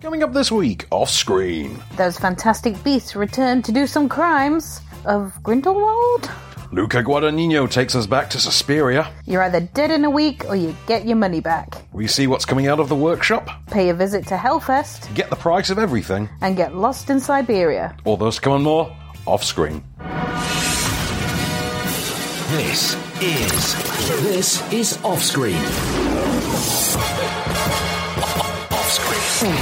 Coming up this week, off screen, Those fantastic beasts return to do some crimes of Grindelwald? Luca Guadagnino takes us back to Suspiria. You're either dead in a week or you get your money back. We see what's coming out of the workshop, Pay a visit to Hellfest get the price of everything. and get lost in Siberia. All those come and more, off screen. This is this is off screen. Off screen. Off screen. Off screen.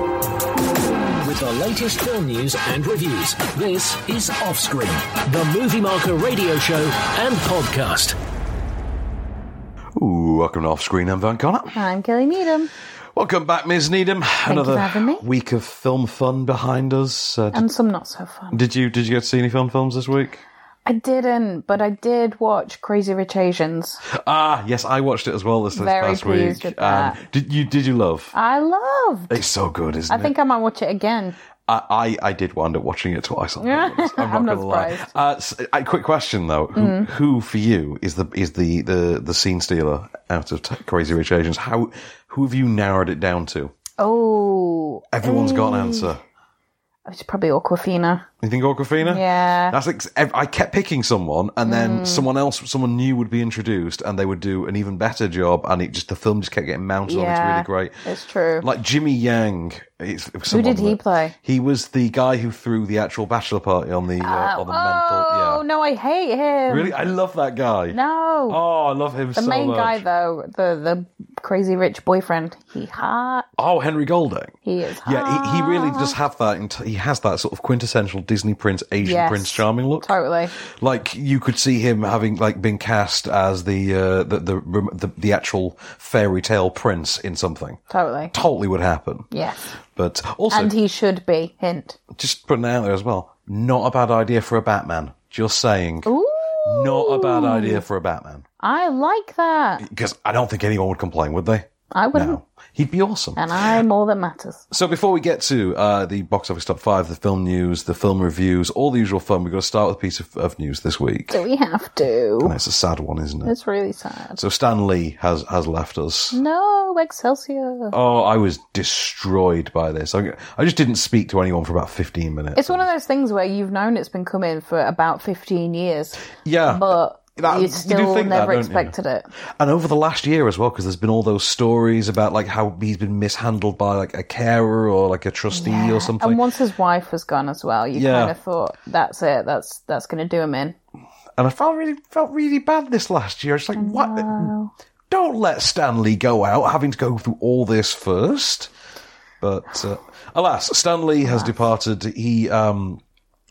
With the latest film news and reviews, this is off screen, the Movie Marker radio show and podcast. Ooh, welcome to off screen, I'm Van Connor. I'm Kelly Needham. Welcome back, Ms. Needham. Another for having me. Um, week of film fun behind us. Uh, And some not so fun. did you did you get to see any fun films this week? I didn't, but I did watch Crazy Rich Asians. Ah, yes, I watched it as well this, this Very past week. pleased with that. Um, did you did you love? I loved. It's so good, isn't I it? think I might watch it again. I, I, I did wind up watching it twice. On Yeah. purpose. I'm not, I'm not gonna lie. surprised. Mm. Uh, s- uh, quick question though: who, who for you is the is the, the, the scene stealer out of t- Crazy Rich Asians? How who have you narrowed it down to? Oh, Everyone's got an answer. it's probably Aquafina. You think Aquafina? Yeah. Mm. That's ex- ev- I kept picking someone, and then someone else, someone new would be introduced, and they would do an even better job. And it just the film just kept getting mounted on. yeah, It's really great. It's true. Like Jimmy Yang, it's who did he play? He was the guy who threw the actual bachelor party on the uh, on the oh mental. no, I hate Yeah, him. really, I love that guy. No. Oh, I love him The so main much. guy, though, the the crazy rich boyfriend, he hot. Oh, Henry Golding. He is hot. Yeah, he, he really Ah. does have that. int- He has that sort of quintessential Disney prince, Asian Yes. prince charming look. totally. Like you could see him having like been cast as the uh, the, the rem- the the actual fairy tale prince in something. Totally. Totally would happen. Yes. But also, And he should be. Hint. just putting it out there as well, not a bad idea for a Batman. Just saying, Ooh. not a bad idea for a Batman. I like that. Because I don't think anyone would complain, would they? I wouldn't. No, he'd be awesome. And I'm all that matters. So before we get to uh, the box office top five, the film news, the film reviews, all the usual fun, we've got to start with a piece of, of news this week. Do we have to? And it's a sad one, isn't it? It's really sad. So Stan Lee has has left us. No, Excelsior. Oh, I was destroyed by this. I, I just didn't speak to anyone for about fifteen minutes. It's one of those things where you've known it's been coming for about 15 years, yeah, but That- you you do still think that, never don't you? expected it. and over the last year as well, because there's been all those stories about like how he's been mishandled by like a carer or like a trustee or something. And once his wife was gone as well, you Yeah. kind of thought, that's it. That's that's going to do him in. And I felt really felt really bad this last year. It's like what? Don't let Stanley go out having to go through all this first. But uh, alas, Stanley has departed. He um,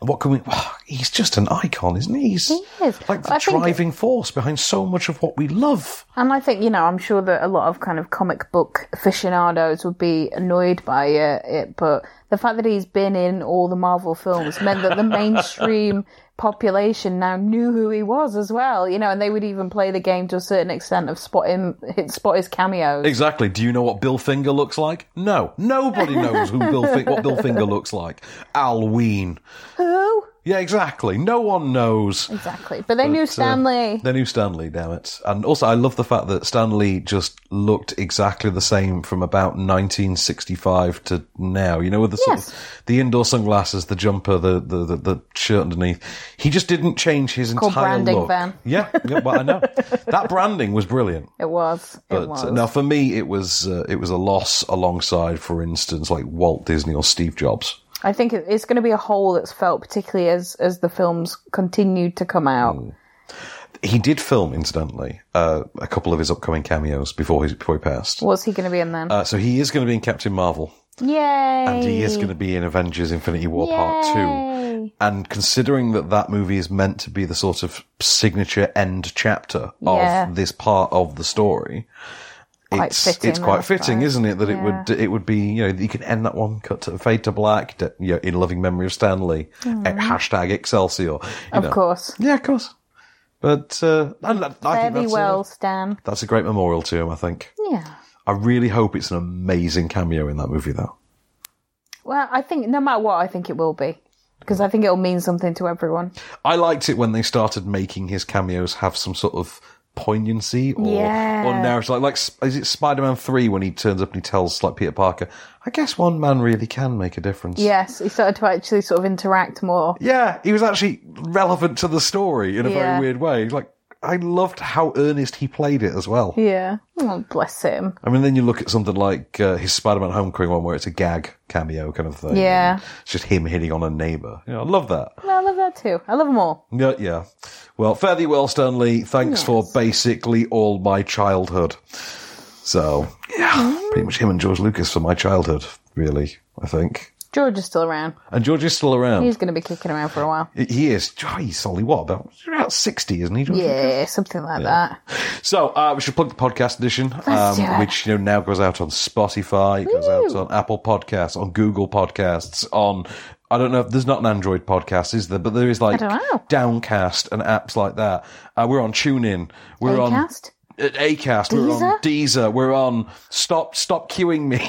what can we? He's just an icon, isn't he? He's is. like the I think- driving force behind so much of what we love. And I think, you know, I'm sure that a lot of kind of comic book aficionados would be annoyed by uh, it, but the fact that he's been in all the Marvel films meant that the mainstream population now knew who he was as well, you know, and they would even play the game to a certain extent of spot him, spot his cameos. Exactly. Do you know what Bill Finger looks like? No, nobody knows who Bill Fi- what Bill Finger looks like. Al Ween. Who? Yeah, exactly. No one knows. Exactly. But they knew But, uh, Stanley. They knew Stanley, damn it. And also, I love the fact that Stanley just looked exactly the same from about 1965 to now. You know, with the sort Yes. of the indoor sunglasses, the jumper, the, the, the, the shirt underneath. He just didn't change his called entire branding, look. Van. Yeah, yeah, well, I know. that branding was brilliant. It was. It But was. uh, now, for me, it was uh, it was a loss alongside, for instance, like Walt Disney or Steve Jobs. I think it- it's going to be a hole that's felt, particularly as, as the films continued to come out. Mm. He did film, incidentally, uh, a couple of his upcoming cameos before he before he passed. What's he going to be in then? Uh, so he is going to be in Captain Marvel, Yay! and he is going to be in Avengers: Infinity War Part Two. Yay. And considering that that movie is meant to be the sort of signature end chapter Yeah. of this part of the story, it's fitting, it's quite that's fitting, right. isn't it? That it would it would be you know you can end that one, cut to fade to black, d- you know, in loving memory of Stanley, eh, Mm-hmm. hashtag Excelsior. you Of know. course. yeah, of course. But uh, I, I think Fairly that's well, A, Stan. that's a great memorial to him. I think. Yeah. I really hope it's an amazing cameo in that movie, though. Well, I think no matter what, I think it will be. because I think it'll mean something to everyone. I liked it when they started making his cameos have some sort of poignancy or Yeah. or narrative. Like, like is it Spider Man three when he turns up and he tells like Peter Parker, I guess one man really can make a difference. Yes, he started to actually sort of interact more. Yeah, he was actually relevant to the story in a Yeah. very weird way. Like, I loved how earnest he played it as well. Yeah. Oh, bless him. I mean, then you look at something like uh, his Spider-Man Homecoming one, where it's a gag cameo kind of thing. Yeah. it's just him hitting on a neighbor. You know, I love that. No, I love that too. I love them all. Yeah, yeah. Well, fare thee well, Stanley. Thanks for basically all my childhood. So, yeah, Hmm? pretty much him and George Lucas for my childhood, really. I think. George is still around. And George is still around. He's going to be kicking around for a while. he is. He's only what about he's about sixty, isn't he? George Yeah, something like that. So uh, we should plug the podcast edition, do it. um, which you know now goes out on Spotify, goes out on Apple Podcasts, on Google Podcasts, on I don't know if there's not an Android podcast, is there? But there is like I don't know. Downcast and apps like that. Uh, we're on TuneIn. We're Acast? on uh, Acast. We're on Deezer. We're on Stop Stop Queuing Me.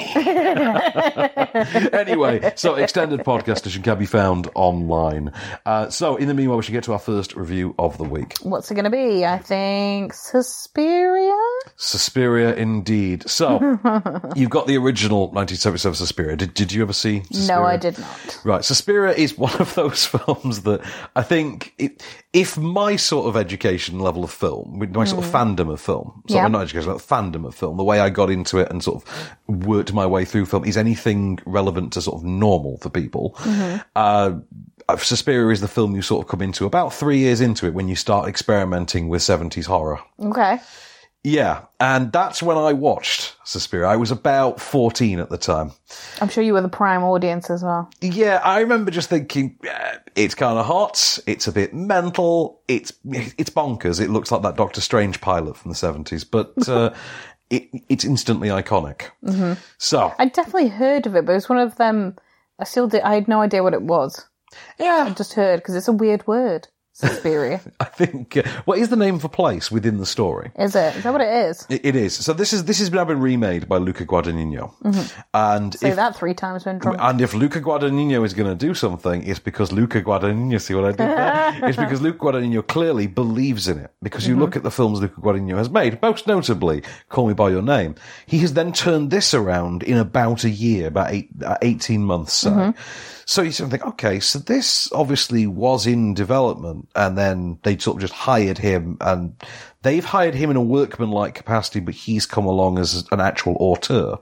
anyway, so extended podcast edition can be found online. Uh, so in the meanwhile, we should get to our first review of the week. What's it going to be? I think Suspiria? Suspiria, indeed. So, you've got the original 1977 Suspiria. Did, did you ever see Suspiria? No, I did not. Right, Suspiria is one of those films that I think it, if my sort of education level of film, with my sort of fandom of film, sort Mm. Yeah. of not education, but fandom of film, the way I got into it and sort of worked my way through film is anything relevant to sort of normal for people. Mm-hmm. Uh, Suspiria is the film you sort of come into about three years into it when you start experimenting with 70s horror. Okay. Yeah, and that's when I watched Suspiria. I was about 14 at the time. I'm sure you were the prime audience as well. Yeah, I remember just thinking eh, it's kind of hot, it's a bit mental, it's it's bonkers. It looks like that Doctor Strange pilot from the 70s, but uh, it it's instantly iconic. Mm-hmm. So, I definitely heard of it, but it was one of them. I still did. I had no idea what it was. yeah, I just heard because it's a weird word. Suspiria. I think uh, what is the name of a place within the story? is it? Is that what it is? It, it is. So this is this has now been remade by Luca Guadagnino. And Say that three times when drunk. And if Luca Guadagnino is going to do something, it's because Luca Guadagnino, see what I did there? it's because Luca Guadagnino clearly believes in it. Because you look at the films Luca Guadagnino has made, most notably Call Me By Your Name. He has then turned this around in about a year, about eight, uh, 18 months, so. So you sort of think, okay, so this obviously was in development and then they sort of just hired him and they've hired him in a workman-like capacity, but he's come along as an actual auteur.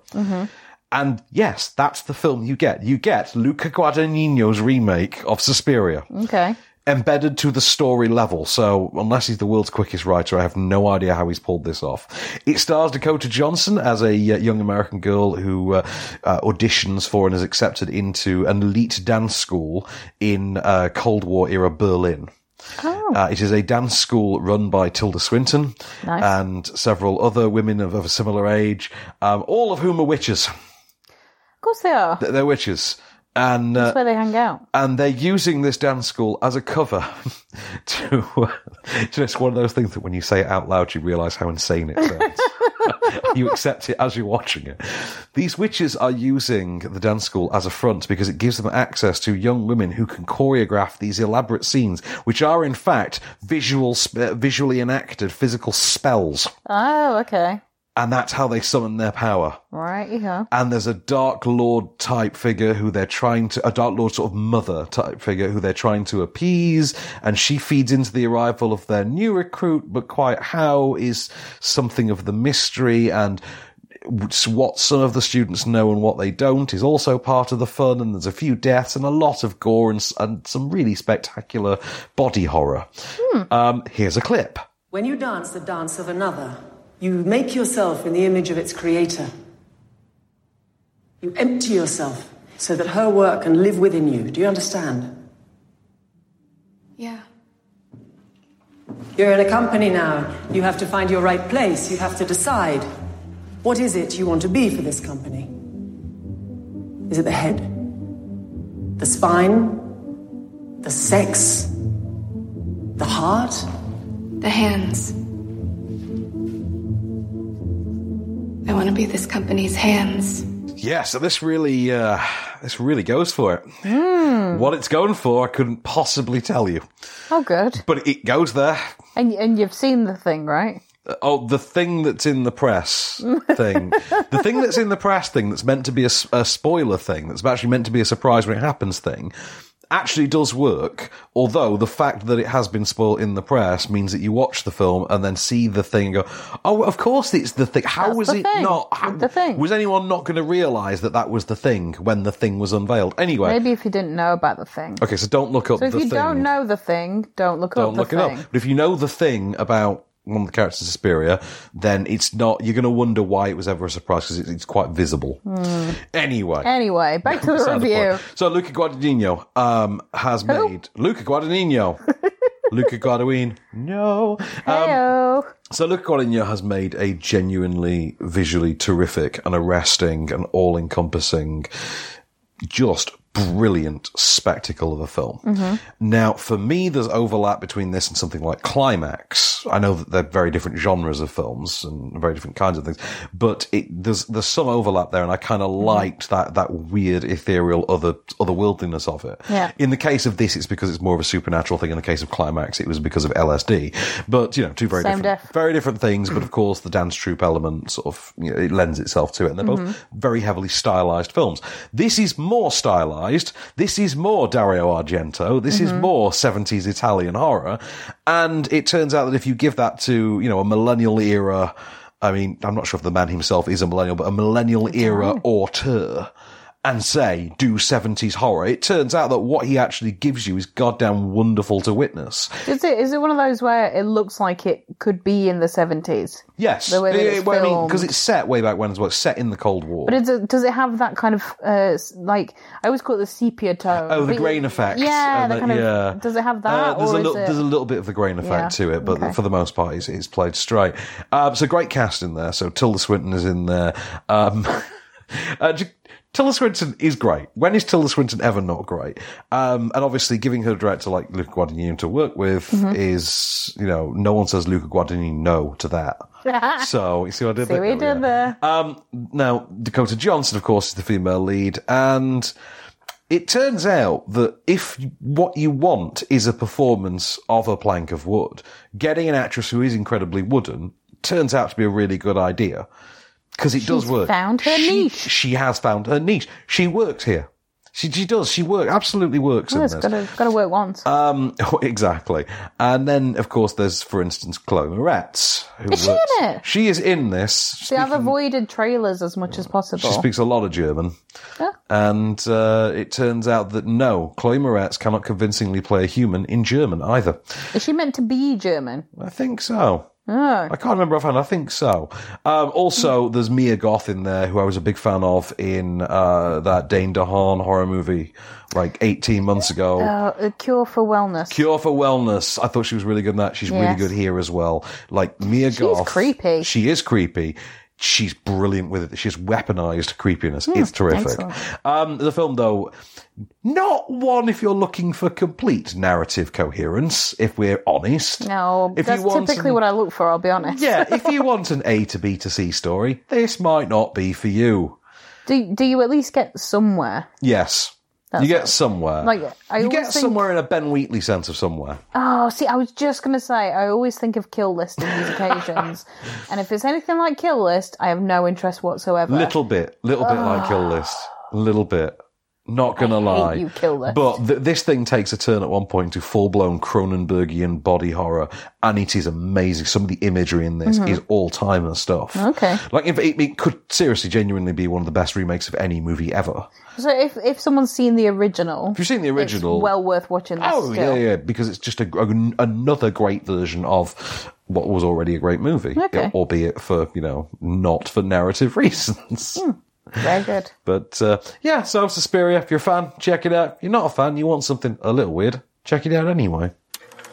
And yes, that's the film you get. You get Luca Guadagnino's remake of Suspiria, okay. embedded to the story level. So, unless he's the world's quickest writer, I have no idea how he's pulled this off. It stars Dakota Johnson as a uh, young American girl who uh, uh, auditions for and is accepted into an elite dance school in uh, Cold War era Berlin. Uh, it is a dance school run by Tilda Swinton Nice. and several other women of, of a similar age, um, all of whom are witches Of course they are. they're witches and uh, That's where they hang out. and they're using this dance school as a cover to uh, to it's one of those things that when you say it out loud you realize how insane it sounds you accept it as you're watching it these witches are using the dance school as a front because it gives them access to young women who can choreograph these elaborate scenes which are in fact visual sp- visually enacted physical spells Oh, okay. and that's how they summon their power Right, you go. and there's a dark lord type figure who they're trying to a dark lord sort of mother type figure who they're trying to appease and she feeds into the arrival of their new recruit but quite how is something of the mystery and what some of the students know and what they don't is also part of the fun and there's a few deaths and a lot of gore and, s- and some really spectacular body horror um, here's a clip When you dance the dance of another, you make yourself in the image of its creator. You empty yourself so that her work can live within you. Do you understand? Yeah. You're in a company now. You have to find your right place. You have to decide what is it you want to be for this company? Is it the head? The spine? The sex? The heart? The hands. I want to be this company's hands. Yeah, so this really, uh, this really goes for it. What it's going for, I couldn't possibly tell you, Oh, good. but it goes there. And and you've seen the thing, right? Oh, the thing that's in the press thing. the thing that's in the press thing that's meant to be a, s- a spoiler thing, that's actually meant to be a surprise when it happens thing, actually does work. Although the fact that it has been spoiled in the press means that you watch the film and then see the thing and go, oh, of course it's the thing. How That's was the it thing. not? It's How, the thing. Was anyone not going to realise that that was the thing when the thing was unveiled? Anyway. Maybe if you didn't know about the thing. Okay, so don't look up So if the you thing don't know the thing, don't look don't up look the it thing. up. But if you know the thing about one of the characters, Suspiria, then it's not. You're going to wonder why it was ever a surprise because it's quite visible. Anyway. Anyway, back to the beside the Hmm. review. point. So Luca Guadagnino um, has made Luca Guadagnino. Luca Guadagnino. No. Um, Heyo. So Luca Guadagnino has made a genuinely visually terrific and arresting and all-encompassing, just brilliant spectacle of a film. Now, for me, there's overlap between this and something like Climax. I know that they're very different genres of films and very different kinds of things, but it, there's there's some overlap there, and I kind of liked that that weird ethereal other otherworldliness of it. Yeah. In the case of this, it's because it's more of a supernatural thing. In the case of Climax, it was because of LSD. But you know, two very Same different, diff. very different things. But of course, the dance troupe element sort of you know, it lends itself to it, and they're both very heavily stylized films. This is more stylized. This is more Dario Argento. This is more seventies Italian horror. And it turns out that if you give that to you know a millennial era. I mean, I'm not sure if the man himself is a millennial, but a millennial era auteur and say, do 70s horror, it turns out that what he actually gives you is goddamn wonderful to witness. Is it is it one of those where it looks like it could be in the seventies? Yes. The way that it's well, I mean, filmed. because it's set way back when as well. It's set in the Cold War. But is it, does it have that kind of uh, s- like I always call it the sepia tone? Oh, the But it- grain effect. Yeah, and the the- kind of, yeah. Does it have Uh, that? there's, or a is little, it, there's a little bit of the grain effect Yeah, to it, but okay. for the most part, it's, it's played straight. Um, so great cast in there. So Tilda Swinton is in there. Um, uh, j- Tilda Swinton is great. When is Tilda Swinton ever not great? Um, and obviously, giving her a director like Luca Guadagnino to work with Mm-hmm. is, you know, no one says Luca Guadagnino no to that. so you see what I did See, there? we Oh, Yeah. did there. Um, now, Dakota Johnson, of course, is the female lead, and it turns out that if you- what you want is a performance of a plank of wood, getting an actress who is incredibly wooden turns out to be a really good idea because it does She's work. found her She- niche. She has found her niche. She works here. She, she does. She work absolutely works in oh, it's this. got to got to work once. Um, exactly. And then, of course, there's, for instance, Chloe Moretz. Who Is she works- in it? She is in this. See, I've avoided trailers as much as possible. She speaks a lot of German. And uh, it turns out that no, Chloe Moretz cannot convincingly play a human in German either. Is she meant to be German? I think so. I can't remember offhand. I think so. Um, also, there's Mia Goth in there, who I was a big fan of in uh, that Dane DeHaan horror movie like 18 months ago. Uh, a cure for wellness. Cure for Wellness. I thought she was really good in that. She's really Yes. good here as well. Like Mia Goth. creepy. She is creepy. She's brilliant with it. She's weaponized creepiness. it's terrific. Hmm, excellent. Um, the film, though, not one if you're looking for complete narrative coherence, if we're honest. No, If you that's want typically an- what I look for. I'll be honest. yeah, if you want an A to B to C story, this might not be for you. Do Do you at least get somewhere? Yes. you get somewhere. Like I you always get think. somewhere in a Ben Wheatley sense of somewhere. Oh, see, I was just going to say. I always think of Kill List on these occasions, and if it's anything like Kill List, I have no interest whatsoever. Little bit, little bit like Kill List, little bit. Not gonna Ah. I hate lie, you, Kill List. But th- this thing takes a turn at one point to full blown Cronenbergian body horror, and it is amazing. Some of the imagery in this is all timer stuff. Mm-hmm. Okay. like if it, it could seriously, genuinely be one of the best remakes of any movie ever. So if if someone's seen the original, If you've seen the original, it's well worth watching. This Oh still. yeah, yeah, because it's just a, a- another great version of what was already a great movie, Okay. albeit for you know not for narrative reasons. Hmm. very good. But uh, yeah, so Suspiria, if you're a fan, check it out. If you're not a fan, you want something a little weird, check it out anyway.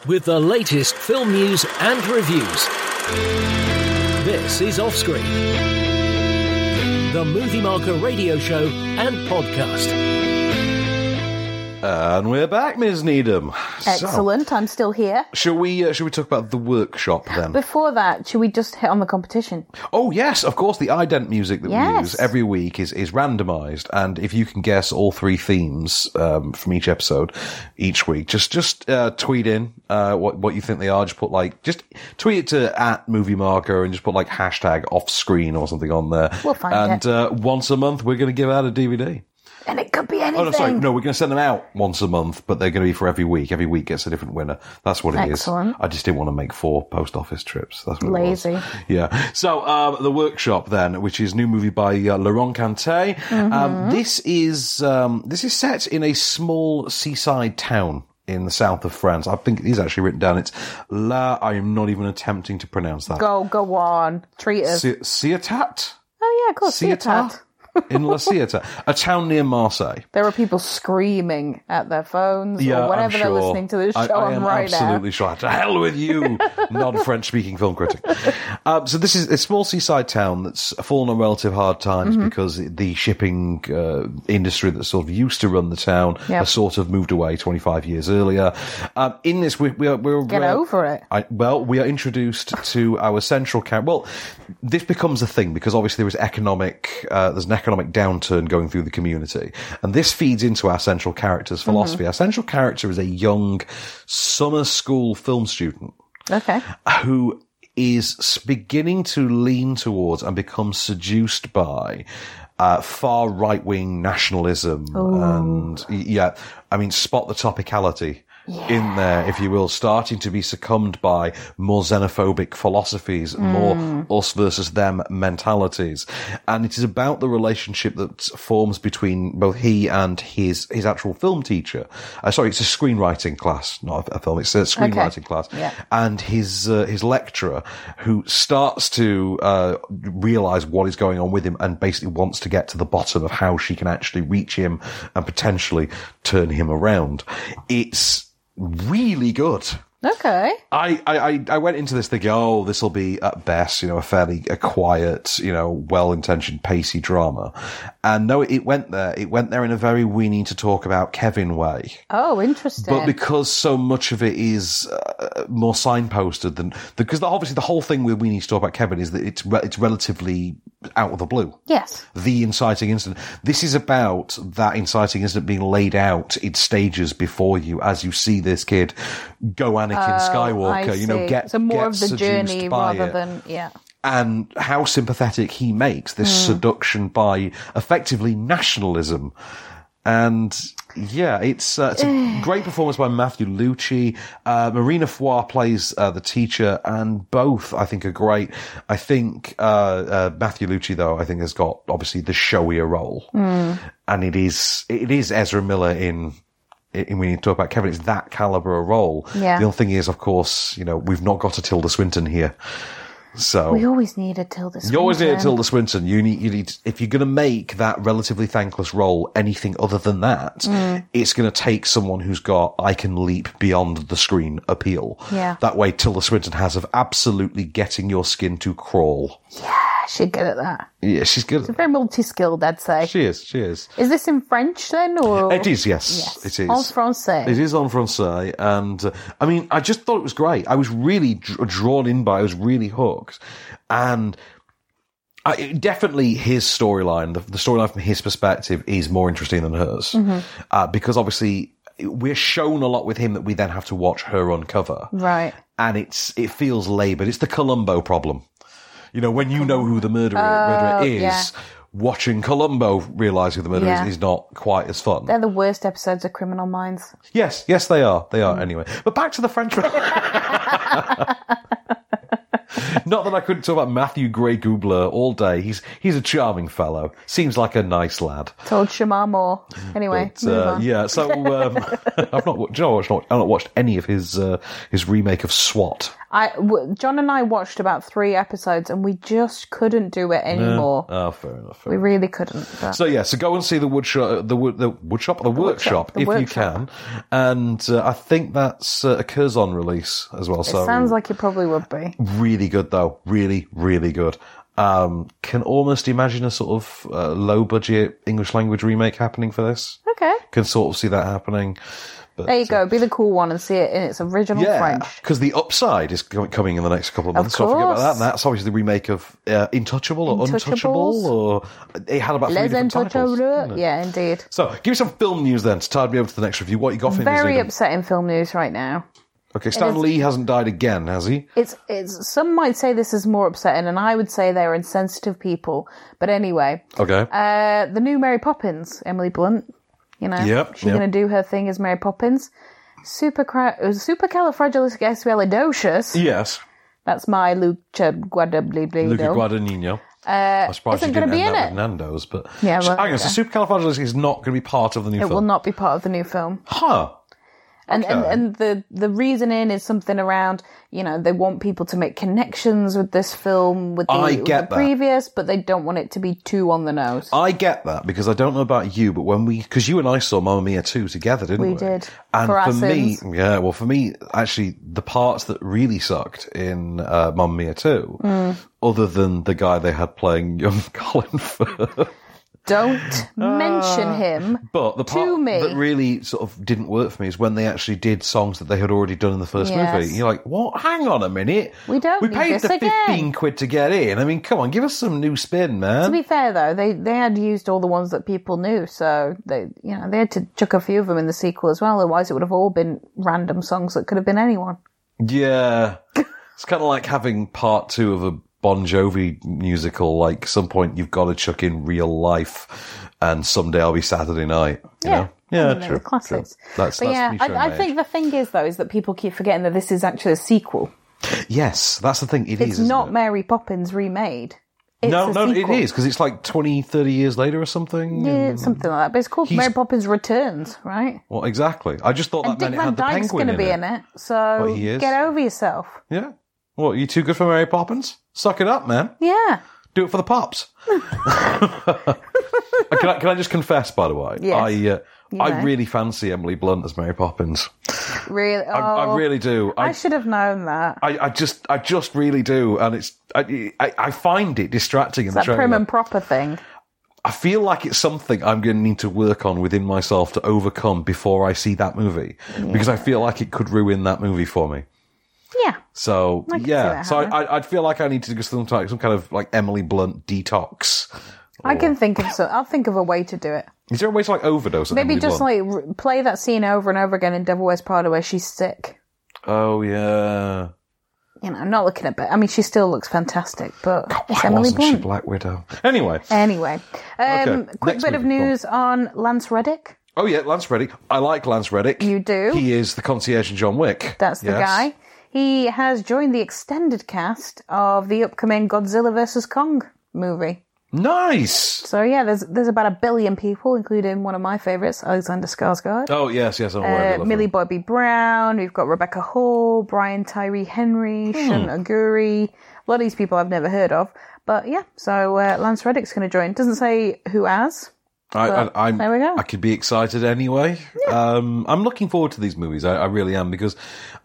with the latest film news and reviews. This is Offscreen, the Movie Marker radio show and podcast. And we're back, Ms. Needham. So, Excellent. I'm still here. shall we? Uh, shall we talk about the workshop then? Before that, should we just hit on the competition? oh yes, of course. The ident music that we Yes. use every week is is randomised, and if you can guess all three themes um, from each episode each week, just just uh, tweet in uh, what what you think they are. Just put like just tweet it to at movie marker and just put like hashtag off screen or something on there. We'll find and, it. uh, once a month, we're going to give out a DVD. And it could be anything. Oh no, sorry. No, we're going to send them out once a month, but they're going to be for every week. Every week gets a different winner. That's what it is. Excellent. I just didn't want to make four post office trips. That's what It Lazy. was. Yeah. So um, the workshop then, which is new movie by uh, Laurent Cantet. Mm-hmm. Um, this is um, this is set in a small seaside town. In the south of France, I think it is actually written down. It's La. I am not even attempting to pronounce that. Go, go on. Treat us. Se- Ciotat? oh, yeah, of course. See Ciotat? In La Ciotat, a town near Marseille. There are people screaming at their phones or whatever I'm they're sure. listening to this show I, I on am right absolutely sure. To hell with you, non-French-speaking film critic. Um, so this is a small seaside town that's fallen on relative hard times Mm-hmm. because the shipping uh, industry that sort of used to run the town Yep. has sort of moved away 25 years earlier. Um, in this, we, we are, we're Get we're- over it. I, well, we are introduced to our central character. Well, this becomes a thing because obviously there is economic, uh, there's an economic downturn going through the community, and this feeds into our central character's Mm-hmm. philosophy. Our central character is a young summer school film student now. Okay. who is beginning to lean towards and become seduced by uh, far right wing nationalism and yeah, I mean, spot the topicality. In there, if you will, starting to be succumbed by more xenophobic philosophies, more us versus them mentalities, and it is about the relationship that forms between both he and his his actual film teacher. Uh, sorry, it's a screenwriting class, not a, a film. It's a screenwriting class, Yeah. and his uh, his lecturer who starts to uh, realize what is going on with him and basically wants to get to the bottom of how she can actually reach him and potentially turn him around. It's really good. Okay. I, I, I- I went into this thinking, oh, this will be at best, you know, a fairly a quiet, you know, well-intentioned, pacey drama, and no, it went there. It went there in a very we need to talk about Kevin way. Oh, interesting. But because so much of it is uh, more signposted than because the, obviously the whole thing with we need to talk about Kevin is that it's re- it's relatively out of the blue. yes. The inciting incident. This is about that inciting incident being laid out in stages before you as you see this kid go Anakin Skywalker. Oh, I You know, see. get so more get of the seduced journey by rather it than yeah. and how sympathetic he makes this Hmm. seduction by effectively nationalism. And yeah, it's uh, it's a great performance by Matthew Lucci. Uh, Marina Foir plays uh, the teacher, and both I think are great. I think uh, uh, Matthew Lucci though I think has got obviously the showier role, Hmm. and it is it is Ezra Miller in. in we need to talk about Kevin. It's that caliber a role. Yeah. The only thing is, of course, you know, we've not got a Tilda Swinton here, so We always need a Tilda Swinton. you always need a Tilda Swinton. You need, you need, if you're going to make that relatively thankless role anything other than that, Mm. it's going to take someone who's got, I can leap beyond the screen appeal. Yeah. That way, Tilda Swinton has of absolutely getting your skin to crawl. I should get at that. Yeah, she's good. Very multi-skilled, I'd say. She is, she is. Is this in French then, or It is, yes. Yes. It is. En français. It is on Francais. And uh, I mean, I just thought it was great. I was really dr- drawn in by it. I was really hooked. And I, it- definitely his storyline, the, the storyline from his perspective is more interesting than hers. Mm-hmm. Uh, because obviously, we're shown a lot with him that we then have to watch her uncover right? and it's it feels laboured. It's the Columbo problem. You know, when you know who the murderer, murderer is, Oh, yeah. watching Columbo realise who the murderer Yeah. is is not quite as fun. They're the worst episodes of Criminal Minds. yes, yes, they are. They Mm. are anyway. But back to the French. Not that I couldn't talk about Matthew Gray Goobler all day. He's he's a charming fellow. Seems like a nice lad. Told Shamar Moore. Anyway, But, move uh, on. yeah, so um, I've not. wa- Do you know what? I've not- I've not watched any of his uh, his remake of SWAT. I w- John and I watched about three episodes, and we just couldn't do it anymore. Oh, fair enough. Fair we enough. really couldn't. But. So yeah, so go and see the woodshop, uh, the wood, the woodshop, the, workshop, the if workshop. you can, and uh, I think that's uh, a Curzon release as well. so Sounds like it probably would be. really good though, really, really good. um, can almost imagine a sort of uh, low budget English language remake happening for this. Okay. Can sort of see that happening. But, There you go. Be the cool one and see it in its original Yeah, French. because the upside is co- coming in the next couple of months. so I forget about course. that. And that's obviously the remake of uh, Intouchable or Untouchable, or it had about three Les different titles. didn't Intouchables. it? Yeah, indeed. So give me some film news then to tide me over to the next review. What you got for Very New Zealand? upsetting film news right now. Okay, Stan is- Lee hasn't died again, has he? It's it's some might say this is more upsetting, and I would say they're insensitive people. But anyway, Okay. uh, the new Mary Poppins, Emily Blunt. You know, Yep, she's yep. going to do her thing as Mary Poppins. Super uh, supercalifragilisticexpialidocious. yes. That's my Lucha Guadablibido. Luca Guadagnino. I'm surprised isn't you didn't Uh, gonna be end in that it. with Nando's, but Yeah, well, hang on. yeah. So Supercalifragilistic is not going to be part of the new it film. will not be part of the new film. Huh. And, and Okay. and the the reasoning is something around you know they want people to make connections with this film with the, I with get that. the previous, but they don't want it to be too on the nose. I get that because I don't know about you, but when we, because you and I saw Mamma Mia 2 together, didn't we? We did. And For for, our me, sins. yeah, well, for me, actually, the parts that really sucked in uh, Mamma Mia 2, Mm. other than the guy they had playing young Colin Firth, don't Ah. mention him. but the part To me. that really sort of didn't work for me is when they actually did songs that they had already done in the first Yes. movie. You're like, what? Hang on a minute. We don't We need paid this the again. 15 quid to get in. I mean, come on, give us some new spin, man. To be fair though, they they had used all the ones that people knew, so they you know they had to chuck a few of them in the sequel as well. Otherwise, it would have all been random songs that could have been anyone. Yeah. It's kind of like having part two of a Bon Jovi musical. Like, some point you've got to chuck in real life, and someday I'll be Saturday night. You Yeah. Know? Yeah, I mean, they're true. the classics. true. That's, But that's yeah, cliche I, I made. think the thing is though is that people keep forgetting that this is actually a sequel. Yes, that's the thing. It is, It's isn't not it? Mary Poppins remade. It's No, a no, sequel. it is, because it's like 20, 30 years later or something. Yeah, something like that. But it's called He's- Mary Poppins Returns, right? Well, exactly. I just thought And that Dick meant it Van had the Dyke's penguin going to in be it. in it, so Well, he is. get over yourself. Yeah. What, you too good for Mary Poppins? Suck it up, man. Yeah. Do it for the pops. Uh, can, I, can I just confess, by the way? Yes. I uh, I may. really fancy Emily Blunt as Mary Poppins. Really? I, oh, I really do. I I, should have known that. I, I just I just really do, and it's I I, I find it distracting in the That trailer. prim and proper thing. I feel like it's something I'm going to need to work on within myself to overcome before I see that movie, because I feel like it could ruin that movie for me. Yeah. So I can see yeah, that so I, happening. I I'd feel like I need to do some type some kind of like Emily Blunt detox. I can think of some. I'll think of a way to do it. Is there a way to like overdose? on Maybe Emily just Blunt? like r- play that scene over and over again in Devil Wears Prada where she's sick. oh yeah. You know, I'm not looking at, but I mean, she still looks fantastic. But Why it's Emily wasn't Blunt. Eh. she Black Widow? Anyway, Anyway, um, Okay, quick next bit of movie, go on. news on Lance Reddick. oh yeah, Lance Reddick. I like Lance Reddick. You do? He is the concierge in John Wick. That's the Yes. guy. He has joined the extended cast of the upcoming Godzilla vs Kong movie. Nice. So yeah, there's there's about a billion people, including one of my favourites, Alexander Skarsgård, Oh yes, yes, I'm aware. uh, of Millie Millie. Bobby Brown. We've got Rebecca Hall, Brian Tyree Hmm. Henry, Shun Aguri. A lot of these people I've never heard of, but yeah. So uh, Lance Reddick's going to join. Doesn't say who as. I, I, I'm, there we go. I could be excited anyway. Um, I'm looking forward to these movies. I, I really am because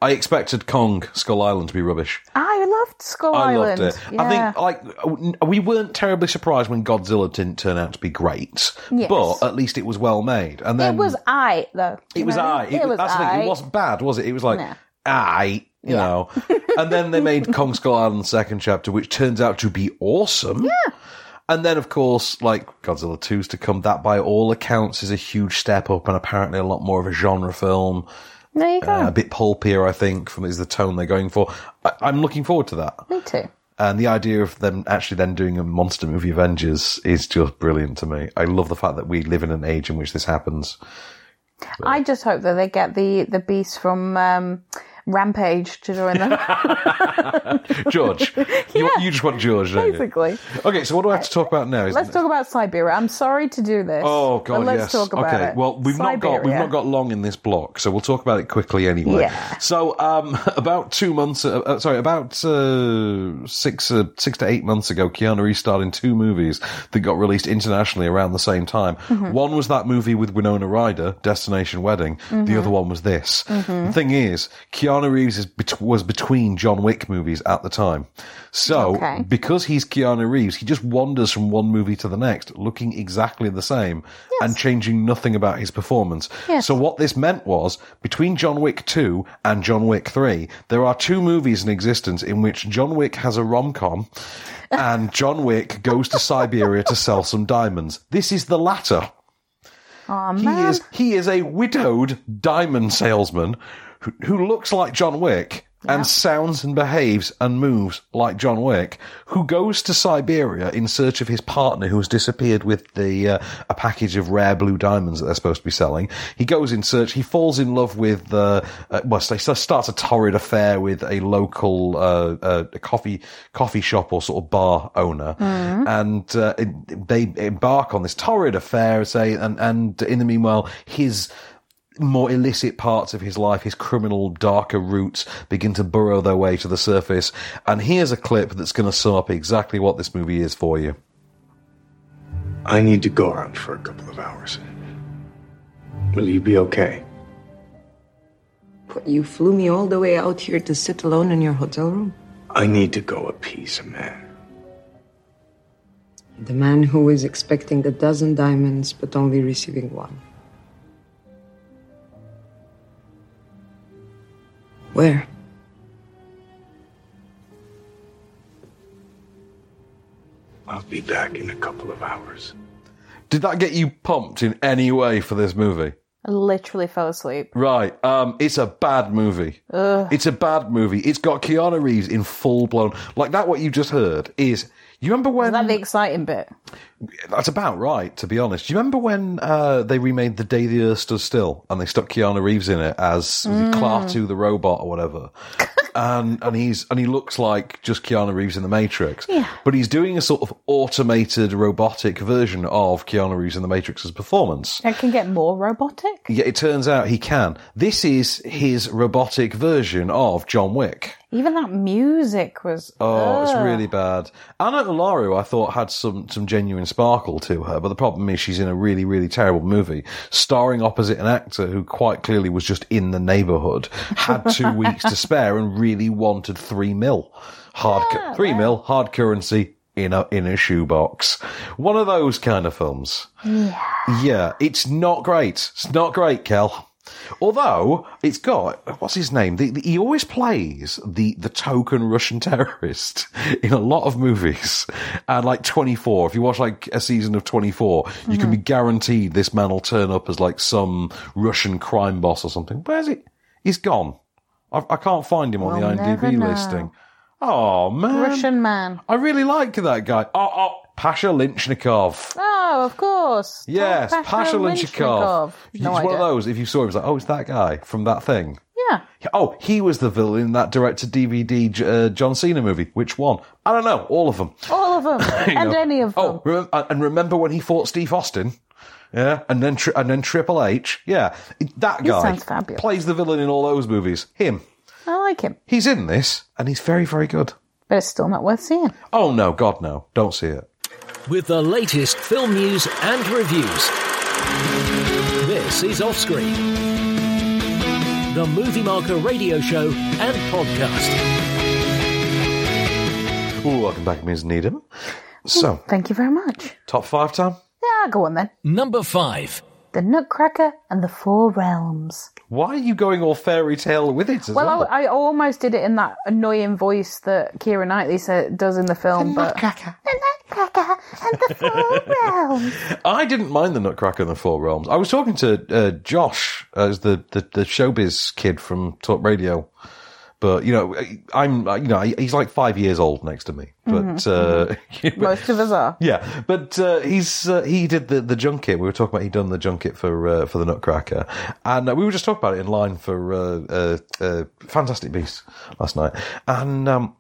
I expected Kong Skull Island to be rubbish. Ah, I loved Skull I Island. loved it. Yeah. I think like we weren't terribly surprised when Godzilla didn't turn out to be great, Yes. but at least it was well made. And then It was I though. um, It You was know? I. It, was that's the thing. It aight. wasn't bad, was it? It was like No. I, you know. and then they made Kong Skull Island second chapter, which turns out to be awesome. Yeah. And then, of course, like Godzilla 2's to come, that by all accounts is a huge step up and apparently a lot more of a genre film. There you go. Uh, a bit pulpier, I think, from is the tone they're going for. I, I'm looking forward to that. Me too. And the idea of them actually then doing a monster movie Avengers is just brilliant to me. I love the fact that we live in an age in which this happens. I just hope that they get the the beast from um, Rampage to join them. George. you, you just want George, don't you? Basically, Okay, so what do I have to talk about now? Is let's talk about Siberia. I'm sorry to do this. Oh god, but let's yes. talk about okay. it. Well, we've not got we've Siberia. not got long in this block, so we'll talk about it quickly anyway. Yeah. So, um, about two months, uh, uh, sorry, about uh, six uh, six to eight months ago, Keanu Reeves starred in two movies that got released internationally around the same time. Mm-hmm. One was Mm-hmm. that movie with Winona Ryder, Destination Wedding. The other one was this. The thing is, Keanu Keanu Reeves is bet- was between John Wick movies at the time. So, Okay. because he's Keanu Reeves, he just wanders from one movie to the next, looking exactly the same and changing nothing about his performance. Yes. So, what this meant was between John Wick 2 and John Wick 3, there are two movies in existence in which John Wick has a rom com and John Wick goes to Siberia to sell some diamonds. This is the latter. Oh, He man. is he is a widowed diamond salesman who, who looks like John Wick and sounds and behaves and moves like John Wick, who goes to Siberia in search of his partner who has disappeared with the uh, a package of rare blue diamonds that they're supposed to be selling. He goes in search. He falls in love with uh, uh, well, they s- starts a torrid affair with a local uh, uh, coffee coffee shop or sort of bar owner, and uh, it- they embark on this torrid affair. Say, and and in the meanwhile, his more illicit parts of his life, his criminal, darker roots begin to burrow their way to the surface. And here's a clip that's going to sum up exactly what this movie is for you. I need to go around for a couple of hours. Will you be okay? What, You flew me all the way out here to sit alone in your hotel room? I need to go appease a man. The man who is expecting a dozen diamonds but only receiving one. Where? I'll be back in a couple of hours. Did that get you pumped in any way for this movie? I literally fell asleep. Right. Um, it's a bad movie. It's a bad movie. It's got Keanu Reeves in full blown. Like that, what you just heard is. You remember when. Is that the exciting bit? That's about right, to be honest. Do you remember when uh, they remade The Day the Earth Stood Still and they stuck Keanu Reeves in it as Clartu the robot or whatever? and and he's and he looks like just Keanu Reeves in The Matrix. Yeah. But he's doing a sort of automated robotic version of Keanu Reeves in The Matrix's performance. It can get more robotic. Yet it turns out he can. This is his robotic version of John Wick. Even that music was. Oh, it's really bad. Anna Laru, I thought, had some, some genuine sparkle to her, but the problem is she's in a really, really terrible movie, starring opposite an actor who quite clearly was just in the neighbourhood, had two weeks to spare, and really wanted three mil, hard cu- Ah, three mil hard currency in a in a shoebox. One of those kind of films. Yeah, yeah. It's not great. It's not great, Kel. Although it's got what's his name? The, the, he always plays the the token Russian terrorist in a lot of movies, and like Twenty Four. If you watch like a season of Twenty you can be Mm-hmm. guaranteed this man will turn up as like some Russian crime boss or something. Where's he? He's gone. I, I can't find him on We'll the IMDb never know. listing. Oh man, Russian man. I really like that guy. Oh, oh Pasha Lynchnikov. Oh, of course. Yes, Tom Pasha Lynchnikov. He's No one idea. of those. If you saw him, it's like, oh, it's that guy from that thing. Yeah. Oh, he was the villain in that director DVD J- uh, John Cena movie. Which one? I don't know. All of them. All of them. You and know. any of them. Oh, re- and remember when he fought Steve Austin? Yeah, and then tri- and then Triple H. Yeah, that guy sounds fabulous. plays the villain in all those movies. Him. I like him. He's in this, and he's very, very good. But it's still not worth seeing. Oh no, God no, don't see it. with the latest film news and reviews. This is Offscreen, the Movie Marker radio show and podcast. Ooh, welcome back, Ms. Needham. So, Thank you very much. top five time. Yeah, go on then. Mm. Number five. The Nutcracker and the Four Realms. Why are you going all fairy tale with it as well? Well, I, I almost did it in that annoying voice that Kira Knightley sa does in the film, but the Nutcracker and the Four Realms. I didn't mind the Nutcracker and the Four Realms. I was talking to uh, Josh as the, the the showbiz kid from Talk Radio, but you know I'm uh, you know he's like five years old next to me, but uh, Most of us are. yeah, but uh, he's uh, he did the the junket. We were talking about he'd done the junket for uh, for the Nutcracker, and uh, we were just talking about it in line for uh, uh, uh, Fantastic Beasts last night, and. Um,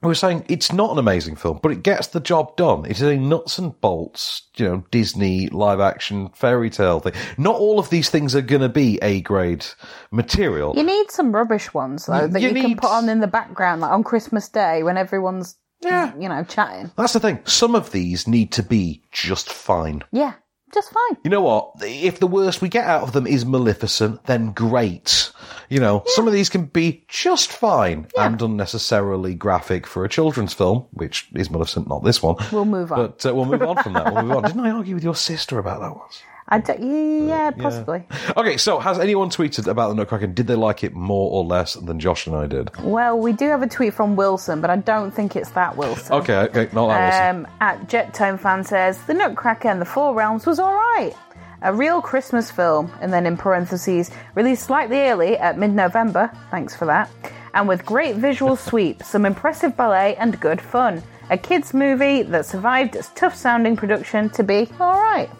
we were saying it's not an amazing film, but it gets the job done. It is a nuts and bolts, you know, Disney live action fairy tale thing. Not all of these things are going to be A grade material. You need some rubbish ones though that you you, can need- put on in the background, like on Christmas Day when everyone's Yeah. you know chatting. That's the thing. Some of these need to be just fine. Yeah, just fine. You know what? If the worst we get out of them is Maleficent, then great. You know, some of these can be just fine and unnecessarily graphic for a children's film, which is Maleficent, not this one. We'll move on. But uh, we'll move on from that. We'll move on. Didn't I argue with your sister about that once? I don't, yeah, possibly. Okay, so has anyone tweeted about the Nutcracker? and Did they like it more or less than Josh and I did? Well, we do have a tweet from Wilson, but I don't think it's that Wilson. Okay, okay, not that Wilson. Um, at Jet Tone Fan says The Nutcracker and the Four Realms was alright. A real Christmas film, and then in parentheses, released slightly early at mid November, thanks for that, and with great visual sweep, some impressive ballet, and good fun. A kids' movie that survived its tough sounding production to be alright. Um,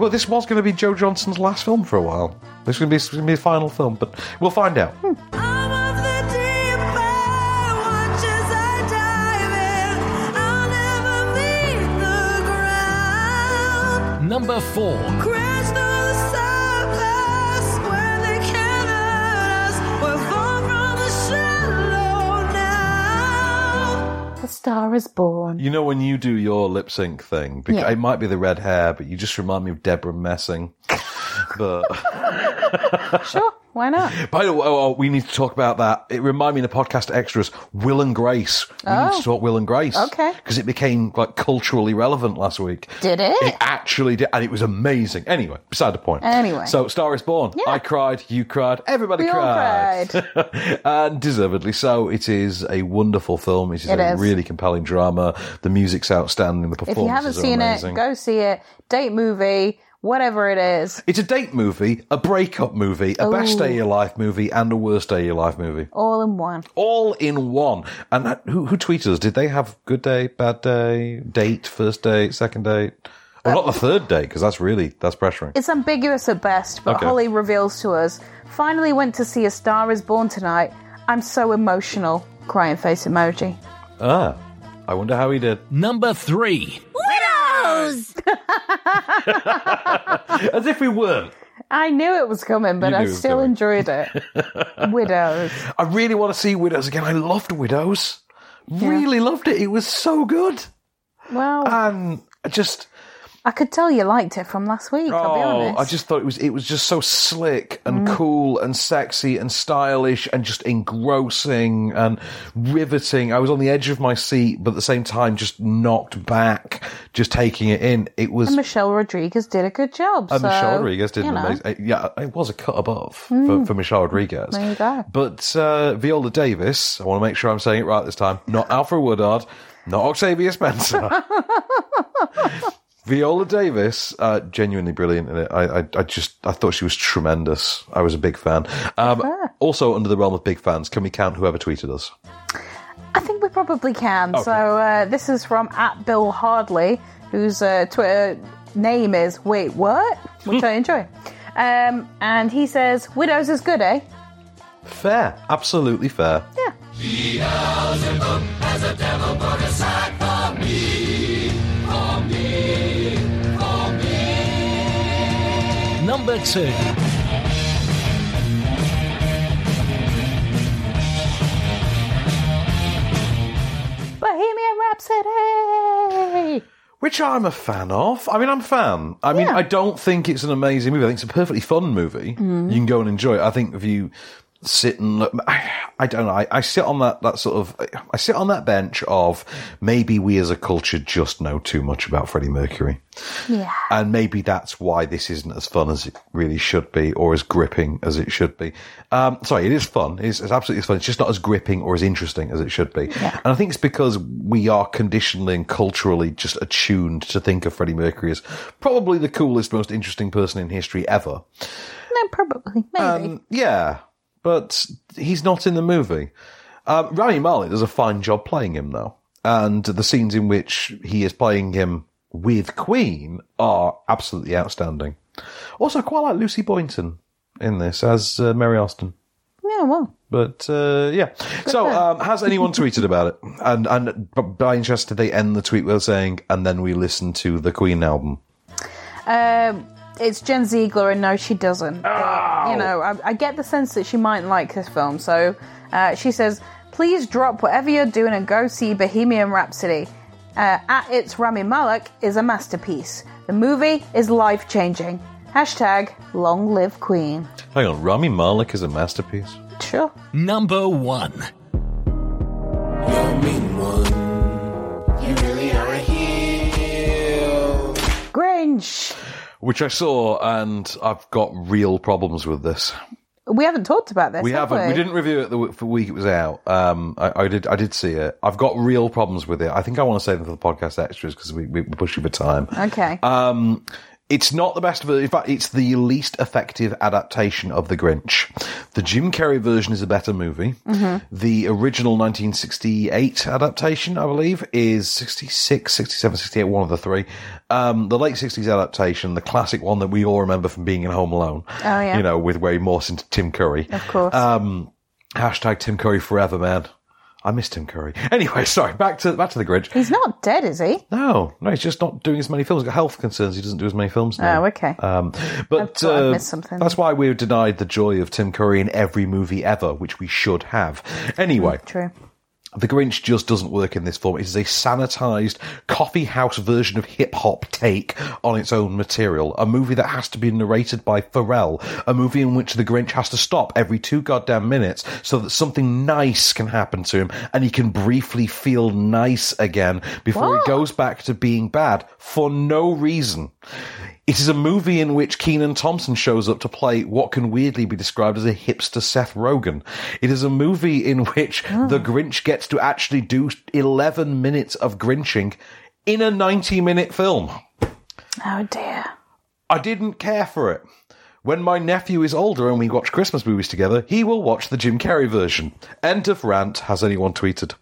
Well, this was going to be Joe Johnson's last film for a while. This is going to be, this is gonna be his final film, but we'll find out. hmm. I'm of the deep end. Watch as I dive in. I'll never meet the ground. Number four. Crash through the surface where they can't hurt us. We're far from the shallow now. The Star is Born. You know when you do your lip sync thing, because Yeah. it might be the red hair, but you just remind me of Deborah Messing. but Sure, Oh, why not? by the way, oh, oh, we need to talk about that. It reminded me in the podcast extras, Will and Grace. We need Oh. to talk Will and Grace. Okay. because it became like culturally relevant last week. Did it? It actually did, and it was amazing. Anyway, beside the point. Anyway. so Star is Born. Yeah. I cried, you cried, everybody We all and deservedly so. It is a wonderful film. It is It a is. really compelling drama. The music's outstanding. The If you performances haven't are seen amazing. it, go see it. Date movie, whatever it is, It's a date movie, a breakup movie, a best day of your life movie, and a worst day of your life movie, all in one. all in one. And that- who, who tweeted us? Did they have good day, bad day, date, first date, second date? Well, not the third date because that's really that's pressuring. It's ambiguous at best, but Okay. Holly reveals to us finally went to see A Star is Born tonight. I'm so emotional. Crying face emoji. Ah, I wonder how he did. Number three. As if we weren't. I knew it was coming, but You knew I it was still coming. enjoyed it. Widows. I really want to see Widows again. I loved Widows. Really loved it. It was so good. Well, And I just I could tell you liked it from last week, I'll be oh, honest. Mm. I just thought it was it was just so slick and cool and sexy and stylish and just engrossing and riveting. I was on the edge of my seat, but at the same time just knocked back, just taking it in. It was And Michelle Rodriguez did a good job. and so, Uh, Michelle Rodriguez did you an know. Mm. amazing. uh, Yeah, it was a cut above for, for Michelle Rodriguez. There you go. But uh, Viola Davis, I want to make sure I'm saying it right this time. Not Alfred Woodard, not Octavia Spencer. Viola Davis, uh, genuinely brilliant in it. I, I, I just, I thought she was tremendous. I was a big fan. Um, also, under the realm of big fans, can we count whoever tweeted us? I think we probably can. So uh, this is from at Bill Hardley, whose uh, Twitter name is Wait What, which I enjoy. Um, and he says, "Widows is good, eh? Fair, absolutely fair. Yeah, Number two. Bohemian Rhapsody." Which I'm a fan of. I mean, I'm a fan. I mean, Yeah. I don't think it's an amazing movie. I think it's a perfectly fun movie. You can go and enjoy it. I think if you sit and look, I, I don't know. I, I sit on that, that sort of, I sit on that bench of maybe we as a culture just know too much about Freddie Mercury. Yeah. And maybe that's why this isn't as fun as it really should be or as gripping as it should be. Um, sorry, it is fun. It's, it's absolutely fun. It's just not as gripping or as interesting as it should be. And I think it's because we are conditionally and culturally just attuned to think of Freddie Mercury as probably the coolest, most interesting person in history ever. No, probably, maybe. Um, yeah, but he's not in the movie. Um, Rami Malek does a fine job playing him though, and the scenes in which he is playing him with Queen are absolutely outstanding. Also, I quite like Lucy Boynton in this as uh, Mary Austin. yeah, well, But uh, yeah, so um, has anyone tweeted about it? And and b- by interest, did they end the tweet with saying, "And then we listen to the Queen album"? um, it's Jen Ziegler, and no, she doesn't. But, you know, I, I get the sense that she might like this film. So uh, she says, "Please drop whatever you're doing and go see Bohemian Rhapsody. Uh, at its Rami Malek is a masterpiece. The movie is life changing. Hashtag long live Queen. Hang on, Rami Malek is a masterpiece. Sure. Number one. Grange. Which I saw, and I've got real problems with this. We haven't talked about this. We have haven't. We didn't review it the w- for week it was out. Um, I, I did. I did see it. I've got real problems with it. I think I want to save them for the podcast extras because we, we- we're pushing for time. Okay. Um, it's not the best version. In fact, it's the least effective adaptation of The Grinch. The Jim Carrey version is a better movie. Mm-hmm. The original 1968 adaptation, I believe, is 66, 67, 68, one of the three. Um, the late 60s adaptation, the classic one that we all remember from being in Home Alone. Oh, yeah. You know, with Ray Morse and Tim Curry. of course. um, Hashtag Tim Curry forever, man. I miss Tim Curry. Anyway, sorry, back to, back to The Grinch. He's not dead, is he? No, no, he's just not doing as many films. He's got health concerns. He doesn't do as many films now. Oh, okay. Um, but thought I'd uh, missed something. that's why we were denied the joy of Tim Curry in every movie ever, which we should have. Anyway, True. The Grinch just doesn't work in this form. It is a sanitized coffee house version of hip hop take on its own material. A movie that has to be narrated by Pharrell. A movie in which the Grinch has to stop every two goddamn minutes so that something nice can happen to him and he can briefly feel nice again before What? he goes back to being bad for no reason. It is a movie in which Keenan Thompson shows up to play what can weirdly be described as a hipster Seth Rogen. It is a movie in which the Grinch gets to actually do 11 minutes of Grinching in a 90 minute film. Oh dear. I didn't care for it. When my nephew is older and we watch Christmas movies together, he will watch the Jim Carrey version. End of rant. Has anyone tweeted?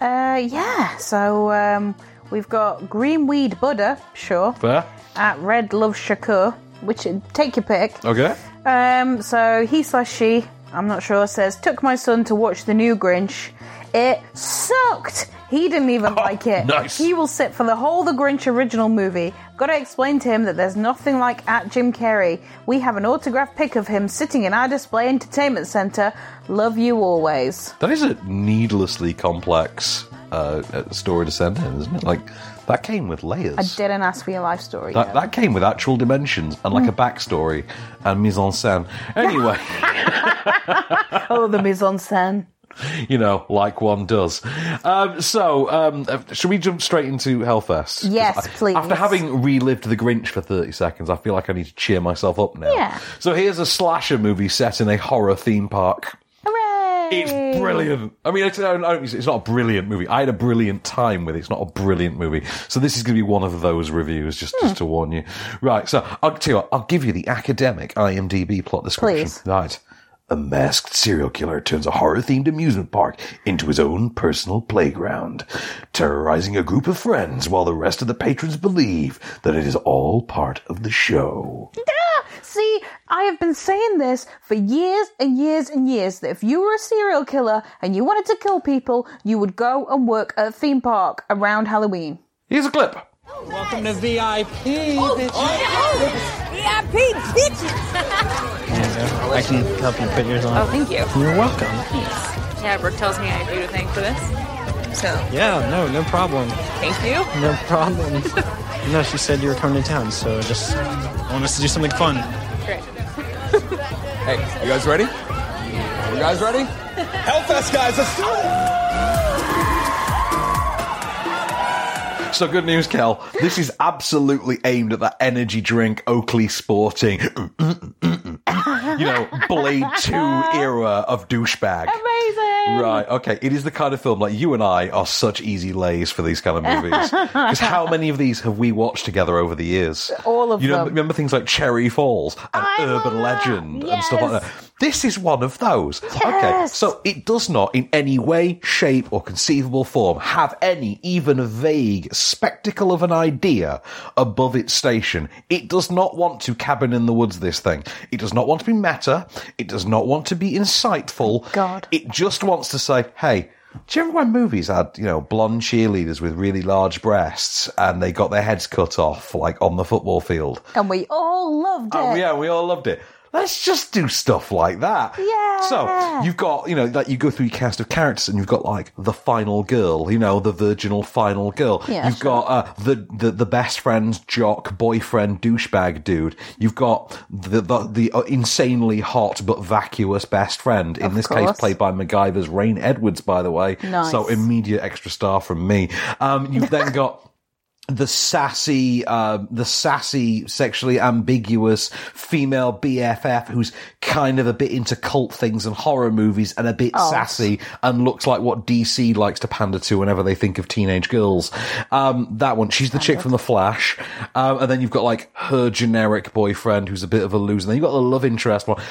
Uh, yeah. So um, we've got Greenweed Buddha, sure, Fair? at Red Love Shakur, which take your pick. Okay. Um, so he slash she, I'm not sure, says took my son to watch the new Grinch. It sucked. He didn't even like it. Oh, nice. He will sit for the whole the Grinch original movie. Got to explain to him that there's nothing like at Jim Carrey. We have an autographed pic of him sitting in our display entertainment center. Love you always. That is a needlessly complex uh, uh, story to send in, isn't it? Like, that came with layers. I didn't ask for your life story. That, though. that came with actual dimensions and Mm. like a backstory and mise en scène. Anyway, oh, the mise en scène. you know, like one does. Um, so, um, uh, should we jump straight into Hellfest? 'Cause Yes, I- please. After having relived the Grinch for 30 seconds, I feel like I need to cheer myself up now. Yeah. So, here's a slasher movie set in a horror theme park. Hooray! It's brilliant. I mean, it's, I don't- it's not a brilliant movie. I had a brilliant time with it. It's not a brilliant movie. So this is going to be one of those reviews, just, just to warn you. Right. So I'll tell you what, I'll give you the academic IMDb plot description. Please. Right. A masked serial killer turns a horror themed amusement park into his own personal playground, terrorizing a group of friends while the rest of the patrons believe that it is all part of the show. See, I have been saying this for years and years and years that if you were a serial killer and you wanted to kill people, you would go and work at a theme park around Halloween. Here's a clip. Welcome to VIP, bitches. VIP bitches. I can help you put yours on. Oh, thank you. You're welcome. Yeah, Brooke tells me I do to thank for this. So, Yeah, no, no problem. thank you. No problem. no, she said you were coming to town, so just I want us to do something fun. Hey, you guys ready? You guys ready? Hellfest, guys, let's do it! So good news, Kel. This is absolutely aimed at that energy drink, Oakley Sporting. you know, Blade 2 era of douchebag. Amazing! Right, okay. It is the kind of film like you and I are such easy lays for these kind of movies. Because how many of these have we watched together over the years? All of you know, them. Remember things like Cherry Falls and I Urban love- Legend and stuff like yes. that. This is one of those. Okay, Yes. so it does not in any way, shape, or conceivable form have any even vague spectacle of an idea above its station. It does not want to cabin in the woods this thing. It does not want to be meta. It does not want to be insightful. God. It just wants to say, hey, do you remember when movies had, you know, blonde cheerleaders with really large breasts and they got their heads cut off, like on the football field? And we all loved it. Oh, yeah, we all loved it. Let's just do stuff like that. Yeah. So you've got, you know, like you go through your cast of characters and you've got like the final girl, you know, the virginal final girl. Yeah, you've sure. got uh, the, the the best friend's jock boyfriend douchebag dude. You've got the the, the uh, insanely hot but vacuous best friend. In Of this course. case, played by MacGyver's Rain Edwards, by the way. Nice. So immediate extra star from me. Um, you've then got the sassy, uh, the sassy, sexually ambiguous female BFF who's kind of a bit into cult things and horror movies and a bit Oh. sassy and looks like what DC likes to pander to whenever they think of teenage girls. Um, that one, she's the chick from The Flash. Um, and then you've got like her generic boyfriend who's a bit of a loser. Then you've got the love interest one.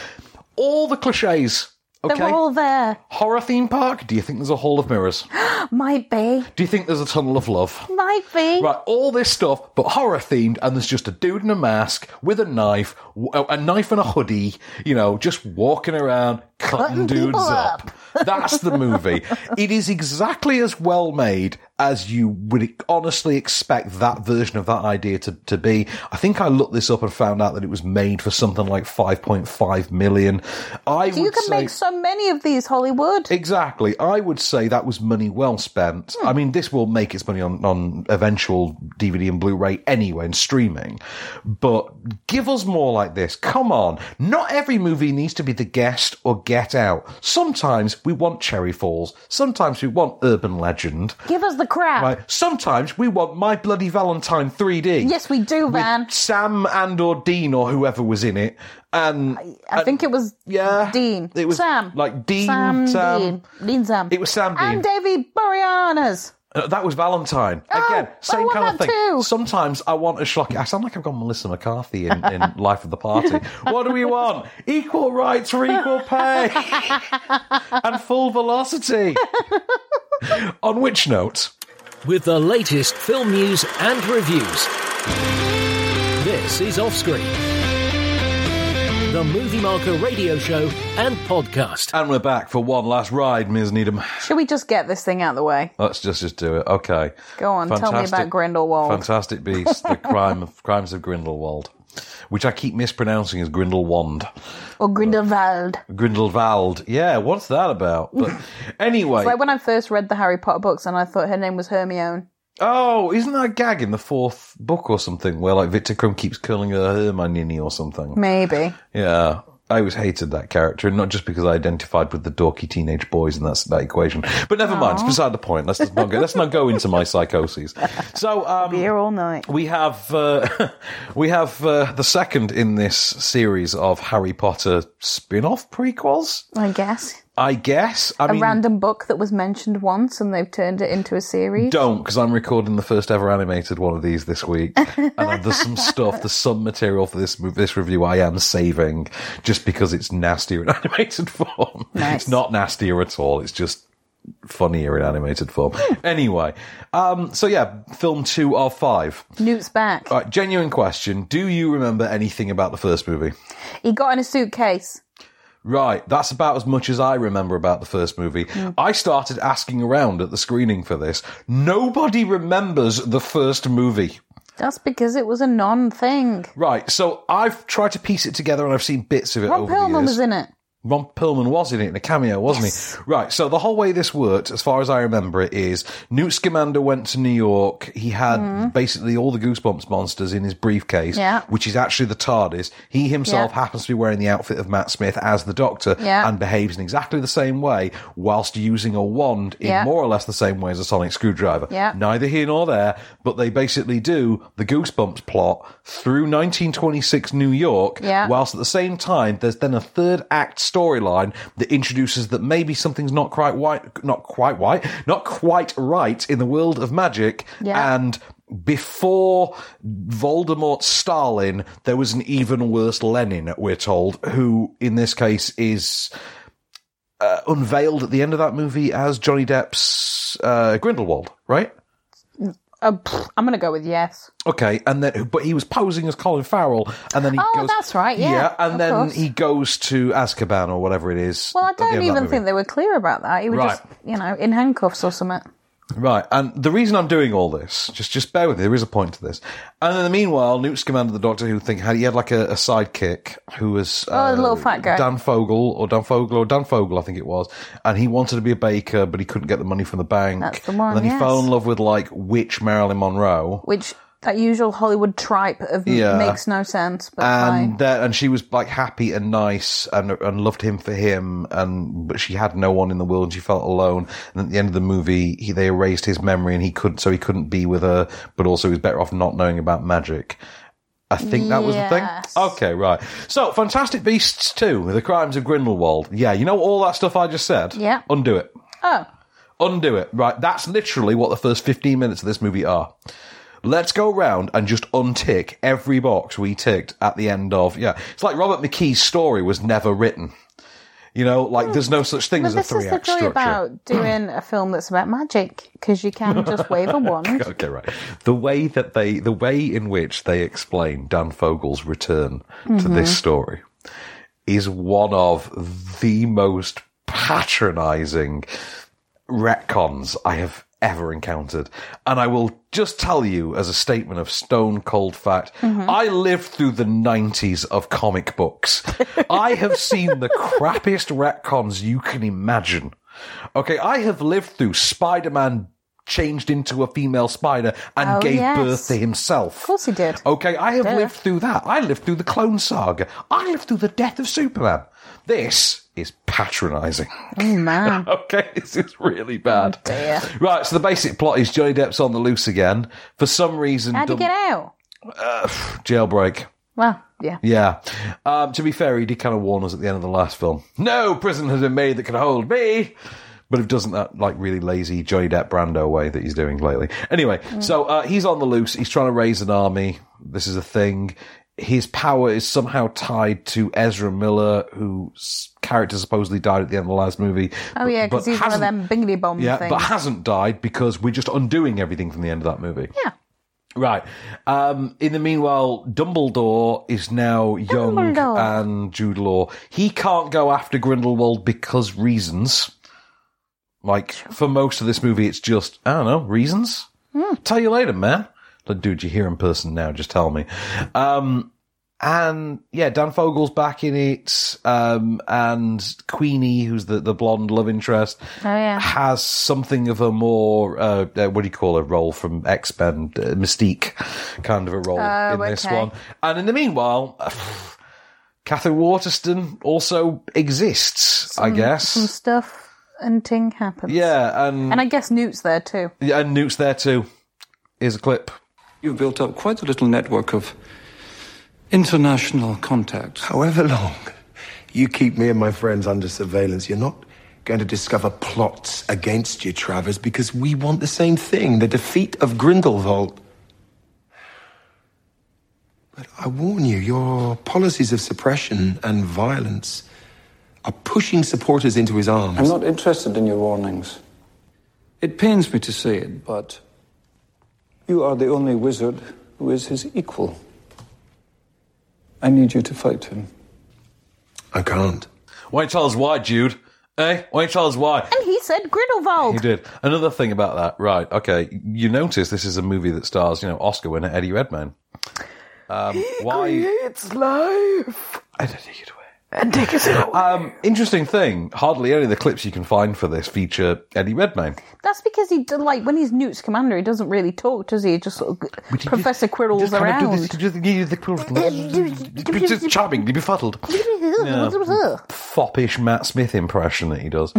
All the cliches. Okay. They're all there. Horror theme park? Do you think there's a hall of mirrors? Might be. Do you think there's a tunnel of love? Might be. Right, all this stuff, but horror themed, and there's just a dude in a mask with a knife, w- a knife and a hoodie, you know, just walking around cutting, Cutting dudes people up. That's the movie. it is exactly as well made as you would e, honestly expect that version of that idea to, to be. I think I looked this up and found out that it was made for something like 5.5 million. I You would can say, make so many of these, Hollywood. Exactly. I would say that was money well spent. Hmm. I mean, this will make its money on, on eventual DVD and Blu ray anyway and streaming. But give us more like this. Come on. Not every movie needs to be The Guest or Get Out. Sometimes we want Cherry Falls. Sometimes we want Urban Legend. Give us the crap. Right? Sometimes we want My Bloody Valentine 3D. Yes, we do, man. Sam and or Dean or whoever was in it. And I think it was yeah, Dean. it was Sam. like Dean, Sam, Sam. Dean. Dean Sam. It was Sam Dean. And Davy Boreanaz. Uh, that was Valentine. Oh, Again, same want kind of that thing. Sometimes I want a schlocky. I sound like I've got Melissa McCarthy in, in Life of the Party. What do we want? Equal rights for equal pay and full velocity. On which note, with the latest film news and reviews. This is Offscreen, the Movie Marker radio show and podcast. And we're back for one last ride, Ms. Needham. Should we just get this thing out of the way? Let's just, just do it. Okay. Go on, tell me about Grindelwald. Fantastic Beasts, The crime of, Crimes of Grindelwald, which I keep mispronouncing as Grindelwand. Or Grindelwald. Grindelwald. Yeah, what's that about? But anyway. It's like when I first read the Harry Potter books and I thought her name was Hermione. Oh, isn't that a gag in the fourth book or something where like Victor Crumb keeps calling her Hermione or Mm. something? Maybe. Yeah. I always hated that character, and not just because I identified with the dorky teenage boys in that, that equation. But never mind, it's beside the point. Let's just not go, let's not go into my psychoses. So, um, Be here all night. we have uh, we have uh, the second in this series of Harry Potter spin-off prequels, I guess. I guess. I A mean, random book that was mentioned once and they've turned it into a series. Don't, because I'm recording the first ever animated one of these this week, and there's some stuff, there's some material for this mov- this review I am saving just because it's nastier in animated form. Nice. It's not nastier at all. It's just funnier in animated form. anyway, um, so yeah, film two of five. Newt's back. All right, genuine question: Do you remember anything about the first movie? He got in a suitcase. Right, that's about as much as I remember about the first movie. I started asking around at the screening for this. Nobody remembers the first movie. That's because it was a non thing. Right, so I've tried to piece it together and I've seen bits of it Ron over the Perlman years. was in it. Ron Perlman was in it in a cameo, wasn't he? Right. So the whole way this worked, as far as I remember it, is Newt Scamander went to New York. He had basically all the Goosebumps monsters in his briefcase, Hmm. Yeah. which is actually the TARDIS. He himself Yeah. happens to be wearing the outfit of Matt Smith as the Doctor Yeah. and behaves in exactly the same way whilst using a wand in Yeah. more or less the same way as a sonic screwdriver. Yeah. Neither here nor there, but they basically do the Goosebumps plot through 1926 New York Yeah. whilst at the same time there's then a third act storyline that introduces that maybe something's not quite white not quite white not quite right in the world of magic Yeah. and before Voldemort Stalin, there was an even worse Lenin, we're told, who in this case is uh, unveiled at the end of that movie as Johnny Depp's uh, Grindelwald, right? Uh, pff, I'm going to go with yes. Okay, and then but he was posing as Colin Farrell, and then he Oh, goes. that's right, yeah, and of then course. he goes to Azkaban or whatever it is. Well, I at the end don't of that even movie. think they were clear about that. He was Right. just, you know, in handcuffs or something. Right, and the reason I'm doing all this, just just bear with me, there is a point to this. And in the meanwhile, Newt's commander the Doctor Who thing had he had like a, a sidekick who was uh, Oh, the little fat guy. Dan Fogel or Dan Fogel or Dan Fogel, I think it was, and he wanted to be a baker, but he couldn't get the money from the bank. That's the one, And then he yes. fell in love with like witch Marilyn Monroe, Which that usual Hollywood tripe of Yeah. makes no sense, but and fine. that and she was like happy and nice and and loved him for him, and but she had no one in the world, and she felt alone. And at the end of the movie, he, they erased his memory, and he couldn't, so he couldn't be with her, but also he was better off not knowing about magic. I think that was the thing. Yes. Okay, right. So, Fantastic Beasts 2, The Crimes of Grindelwald. Yeah, you know all that stuff I just said? Yeah. Undo it. Oh. Undo it. Right. That's literally what the first 15 minutes of this movie are. Let's go round and just untick every box we ticked at the end of. Yeah. It's like Robert McKee's story was never written. You know, like there's no such thing But as a this three is the act joy structure. about doing a film that's about magic because you can just wave Oh a wand. okay, right. The way that they, the way in which they explain Dan Fogel's return to Mhm. this story is one of the most patronizing retcons I have ever encountered. And I will just tell you as a statement of stone cold fact, Mhm. I lived through the 90s of comic books. I have seen the crappiest retcons you can imagine. Okay, I have lived through Spider-Man changed into a female spider and Oh, gave yes. birth to himself. Of course he did. Okay, I have Duh. lived through that. I lived through the Clone Saga. I lived through the death of Superman. This is patronising. Oh man. okay, this is really bad. Oh, dear. Right, so the basic plot is Johnny Depp's on the loose again. For some reason, How'd you Dum- get out? uh, jailbreak. Well, yeah. Yeah. Um, to be fair, he did kind of warn us at the end of the last film. No prison has been made that can hold me. But it doesn't that like really lazy Johnny Depp Brando way that he's doing lately. Anyway, Mm. so uh, he's on the loose. He's trying to raise an army. This is a thing. His power is somehow tied to Ezra Miller, whose character supposedly died at the end of the last movie. Oh yeah, but because he's one of hasn't- them bingity bomb yeah, things. but hasn't died because we're just undoing everything from the end of that movie. Yeah. Right. Um, in the meanwhile, Dumbledore is now young Dumbledore. and Jude Law. He can't go after Grindelwald because reasons. Like, for most of this movie, it's just, I don't know, reasons? Tell you later, man. Like, dude, you hear in person now, just tell me. Um, and yeah, Dan Fogel's back in it. Um, and Queenie, who's the, the blonde love interest, Oh, yeah. has something of a more uh, uh, what do you call a role from X Men uh, Mystique kind of a role Oh, in this okay. one. And in the meanwhile, Catherine Waterston also exists, I guess. Some stuff and ting happens. yeah, and And I guess Newt's there too. yeah, and Newt's there too. Here's a clip. You've built up quite a little network of international contacts. However long you keep me and my friends under surveillance, you're not going to discover plots against you, Travers, because we want the same thing the defeat of Grindelwald. But I warn you, your policies of suppression and violence are pushing supporters into his arms. I'm not interested in your warnings. It pains me to say it, but you are the only wizard who is his equal. I need you to fight him. I can't. Why don't you tell us why, Jude? Eh? Why don't you tell us why? And he said Grindelwald. He did. Another thing about that, right? Okay, you notice this is a movie that stars, you know, Oscar winner Eddie Redmayne. Um, why? It's life. I don't think it away. And take us out. Um, interesting thing. Hardly any of the clips you can find for this feature Eddie Redmayne. That's because he did, like when he's Newt's commander, he doesn't really talk, does he? He just sort of Professor Quirrell's around. It's just charmingly befuddled. Yeah. Foppish Matt Smith impression that he does.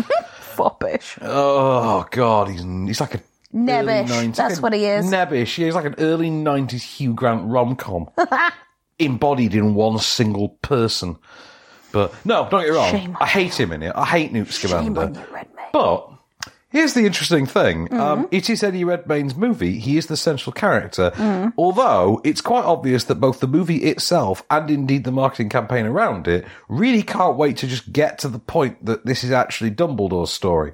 Foppish. Oh God, he's he's like a Nebbish, early 90s that's what he is. Nebbish. Yeah, he's like an early nineties Hugh Grant rom com embodied in one single person. But no, don't get me wrong. Shame I hate him in it. I hate Newt Scamander. but here's the interesting thing: um, it is Eddie Redmayne's movie. He is the central character. Mhm. Although it's quite obvious that both the movie itself and indeed the marketing campaign around it really can't wait to just get to the point that this is actually Dumbledore's story.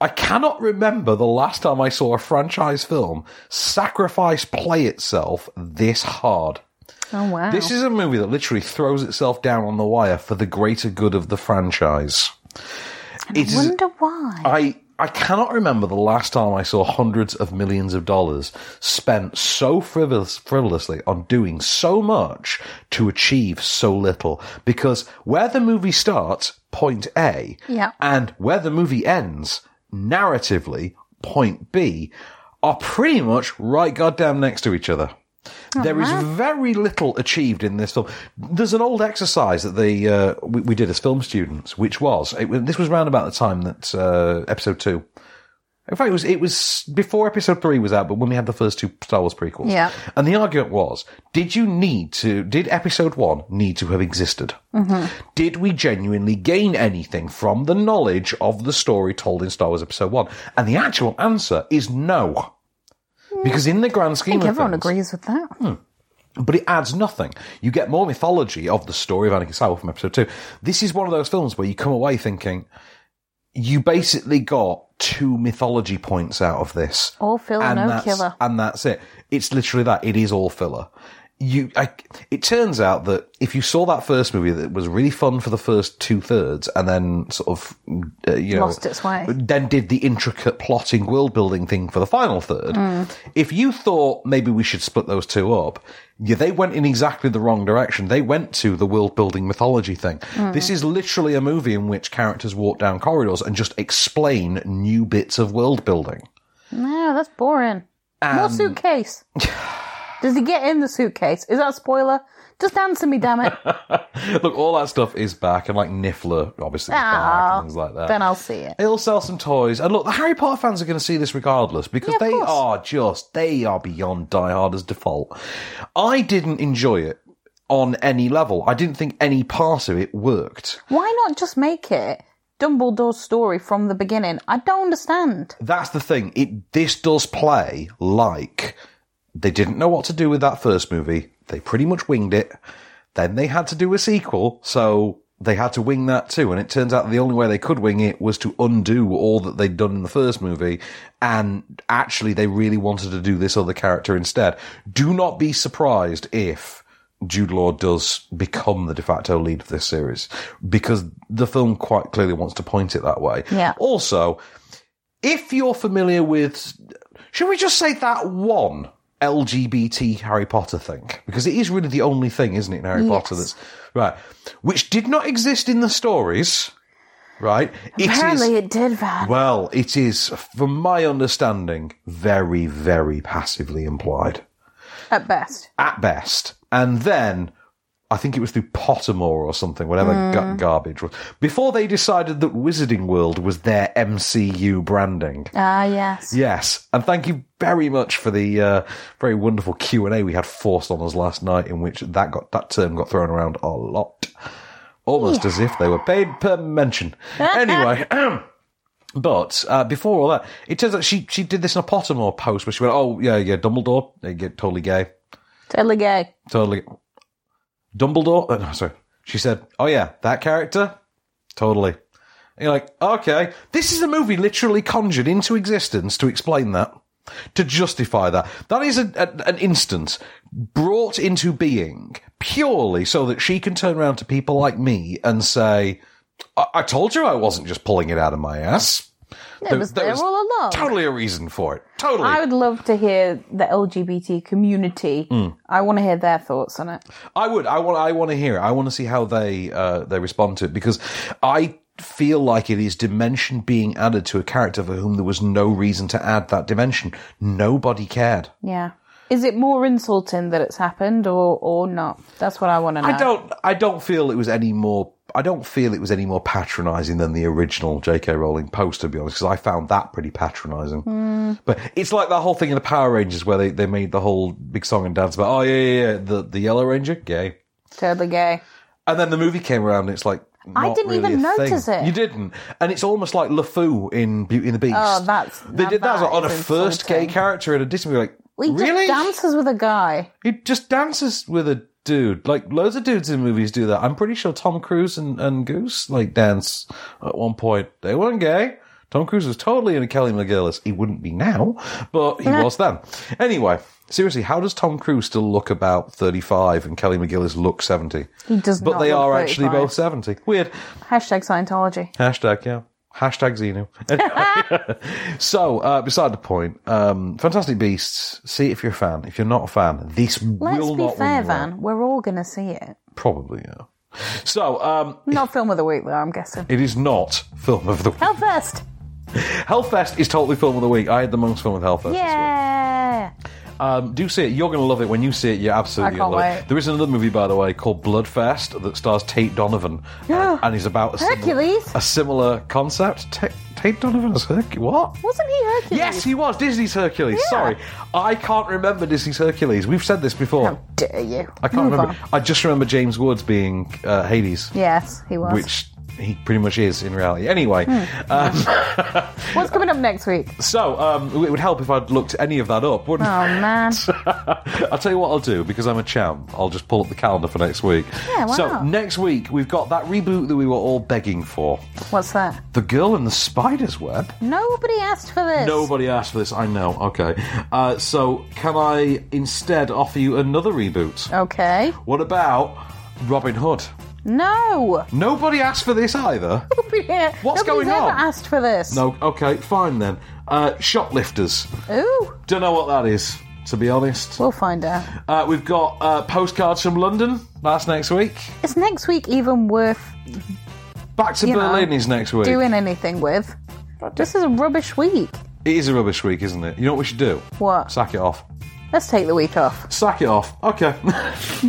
I cannot remember the last time I saw a franchise film sacrifice play itself this hard. Oh wow. This is a movie that literally throws itself down on the wire for the greater good of the franchise. I wonder why. I I cannot remember the last time I saw hundreds of millions of dollars spent so frivolous, frivolously on doing so much to achieve so little. Because where the movie starts, point A, Yeah. and where the movie ends, narratively, point B, are pretty much right goddamn next to each other. There is very little achieved in this film. There's an old exercise that they uh, we, we did as film students, which was it, was- this was around about the time that uh, episode two. In fact, it was it was before episode three was out, but when we had the first two Star Wars prequels. Yeah. And the argument was: Did you need to? Did episode one need to have existed? Mm-hmm. Did we genuinely gain anything from the knowledge of the story told in Star Wars Episode One? And the actual answer is no, because in the grand Hmm. I scheme think of Hmm. everyone things, agrees with that. but it adds nothing. You get more mythology of the story of Anakin Skywalker from episode two. This is one of those films where you come away thinking you basically got two mythology points out of this. All filler, no that's, killer. And that's it. It's literally that. It is all filler. You, I, it turns out that if you saw that first movie that was really fun for the first two thirds and then sort of, uh, you know, Lost its way. then did the intricate plotting world building thing for the final third. Mm. If you thought maybe we should split those two up, yeah, they went in exactly the wrong direction. They went to the world building mythology thing. Hmm. Mm. This is literally a movie in which characters walk down corridors and just explain new bits of world building. No, that's boring. More Um, suitcase. Does he get in the suitcase? Is that a spoiler? Just answer me, damn it. Look, all that stuff is back, and like Niffler, obviously, is back, Ah, and things like that. Then I'll see it. It'll sell some toys. And look, the Harry Potter fans are going to see this regardless because Yeah, of they course. are just, they are beyond Die Hard as default. I didn't enjoy it on any level. I didn't think any part of it worked. Why not just make it Dumbledore's story from the beginning? I don't understand. That's the thing. It This does play like they didn't know what to do with that first movie. They pretty much winged it. Then they had to do a sequel, so they had to wing that too. And it turns out the only way they could wing it was to undo all that they'd done in the first movie. And actually, they really wanted to do this other character instead. Do not be surprised if Jude Law does become the de facto lead of this series because the film quite clearly wants to point it that way. Yeah. Also, if you're familiar with, should we just say that one LGBT Harry Potter thing? Because it is really the only thing, isn't it, in Harry Yes. Potter that's right, which did not exist in the stories, right? It is- Apparently it did, Van. well, it is, from my understanding, very, very passively implied At best. at best. And then I think it was through Pottermore or something, whatever Mm. gut garbage was. Before they decided that Wizarding World was their MCU branding. Ah, yes. Yes, and thank you very much for the uh, very wonderful Q and A we had forced on us last night, in which that got that term got thrown around a lot, almost as if they were paid per mention. anyway. But uh, before all that, it turns out she she did this in a Pottermore post where she went, "Oh yeah, yeah, Dumbledore, yeah, yeah, totally gay, Totally gay. totally Dumbledore." uh, no, sorry, she said, "Oh yeah, that character, totally." And you're like, okay, this is a movie literally conjured into existence to explain that, to justify that. That is a, a- an instance brought into being purely so that she can turn around to people like me and say, I, I told you I wasn't just pulling it out of my ass. It was there all along. Totally a reason for it. Totally. I would love to hear the LGBT community. Mm. I want to hear their thoughts on it. I would. I want. I want to hear it. I want to see how they uh, they respond to it because I feel like it is dimension being added to a character for whom there was no reason to add that dimension. Nobody cared. Yeah. Is it more insulting that it's happened or, or not? That's what I want to know. I don't. I don't feel it was any more. I don't feel it was any more patronising than the original J.K. Rowling post, to be honest, because I found that pretty patronising. Mm. But it's like that whole thing in the Power Rangers where they, they made the whole big song and dance about, oh yeah, yeah, yeah the the Yellow Ranger, gay. Totally gay. And then the movie came around, and it's like I not didn't really even a thing. notice it. You didn't, and it's almost like LeFou in Beauty and the Beast. Oh, that's. they did that, on a first gay character in a Disney movie. Like Well, he really, just dances with a guy. he just dances with a dude. Like loads of dudes in movies do that. I'm pretty sure Tom Cruise and, and Goose like dance at one point. They weren't gay. Tom Cruise was totally into Kelly McGillis. He wouldn't be now, but he was then. Anyway, seriously, how does Tom Cruise still look about 35 and Kelly McGillis look 70? He does But not they look are actually 35. both 70. Weird. Hashtag Scientology. Hashtag, yeah. Hashtag Xenu. Anyway, so, uh, beside the point, um, Fantastic Beasts, see it if you're a fan. If you're not a fan, this Let's will be not fair, win you over. Van. We're all going to see it. Probably, yeah. So, um, Not film of the week, though, I'm guessing. it is not Film of the Week. Hellfest! Hellfest is totally Film of the Week. I had the most fun with Hellfest. Yeah! Um, do see it. You're going to love it when you see it. You're absolutely going I can't to love wait. it. There is another movie, by the way, called Bloodfest that stars Tate Donovan and, and is about a similar- Hercules? a similar concept. Ta- Tate Donovan is Hercules? What? Wasn't he Hercules? Yes, he was Disney's Hercules. Yeah. Sorry, I can't remember Disney's Hercules. We've said this before. How dare you? I can't Move remember. on. I just remember James Woods being uh, Hades, Yes, he was. which he pretty much is in reality. Anyway, Hmm. um, What's coming up next week? so um, it would help if I'd looked any of that up, Oh, wouldn't it? man. I'll tell you what I'll do because I'm a champ. I'll just pull up the calendar for next week. Yeah, why so not? next week we've got that reboot that we were all begging for, What's that? The Girl in the Spider's Web. Nobody asked for this. Nobody asked for this. I know. Okay. Uh, so can I instead offer you another reboot? Okay. What about Robin Hood? No! Nobody asked for this either. Nobody, What's going on? ever asked for this. No. Okay. Fine then. Uh, shoplifters. Ooh, Don't know what that is. To be honest. we'll find out. Uh, we've got uh, postcards from London. That's next week. Is next week even worth Back to you know, Berlin is next week. doing anything with? This is a rubbish week. It is a rubbish week, isn't it? You know what we should do? What? Sack it off. Let's take the week off. Sack it off. Okay.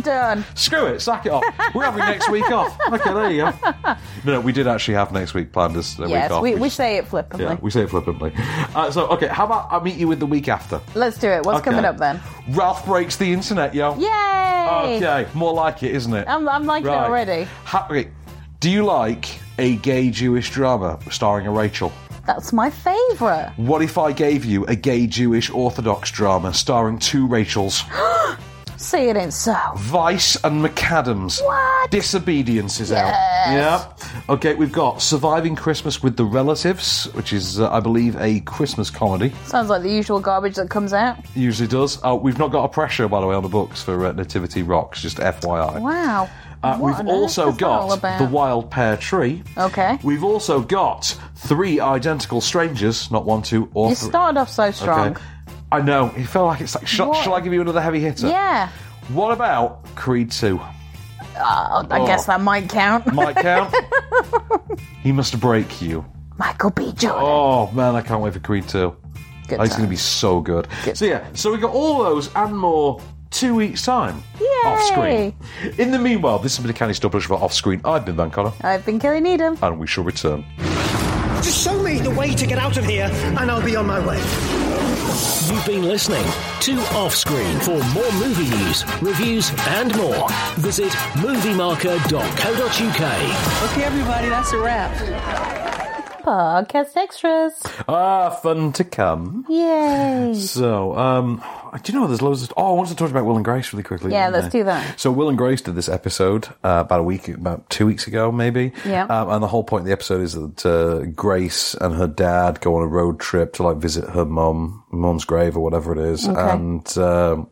Done. Screw it. Sack it off. We're having next week off. Okay, there you go. No, no, we did actually have next week planned as a yes, week off. we, we just- say it flippantly. yeah, we say it flippantly. Uh, so, okay, how about I meet you with the week after? Let's do it. What's Okay. coming up then? Ralph breaks the internet, yo. Yay! Okay, more like it, isn't it? I'm, I'm liking Oh, Right. it already. Ha- okay, Do you like a gay Jewish drama starring a Rachel? That's my favourite. What if I gave you a gay Jewish Orthodox drama starring two Rachels? Say it ain't so. Vice and McAdams. Disobedience is Yes. out. Yeah. Okay, we've got Surviving Christmas with the Relatives, which is, uh, I believe, a Christmas comedy. Sounds like the usual garbage that comes out. Usually does. Uh, we've not got a pressure, by the way, on the books for uh, Nativity Rocks, just FYI. Wow. Uh, What we've on earth also is that all got about? The Wild Pear Tree. Okay. We've also got Three Identical Strangers, not one, two, or You three. started off so strong. Okay. I know. It felt like it's like, shall, What? shall I give you another heavy hitter? Yeah. What about Creed 2? Uh, I Oh. guess that might count. Might count. he must break you. Michael B. Jordan. Oh man, I can't wait for Creed 2. Good it's going times. to be so good. So yeah, so we got all those and more two weeks time off screen. In the meanwhile, this has been a candy stopper for off screen. I've been Van Connor, I've been Kelly Needham. and we shall return. Just show me the way to get out of here, and I'll be on my way. You've been listening to Offscreen. For more movie news, reviews, and more, visit moviemarker.co.uk. Okay, everybody, that's a wrap. Podcast extras. Ah, fun to come. Yay. So, um, do you know there's loads of. Oh, I wanted to talk about Will and Grace really quickly. Yeah, didn't let's I? do that. So, Will and Grace did this episode uh, about a week, about two weeks ago, maybe. Yeah. Um, and the whole point of the episode is that uh, Grace and her dad go on a road trip to like visit her mum, mum's grave or whatever it is. Okay. And. Um,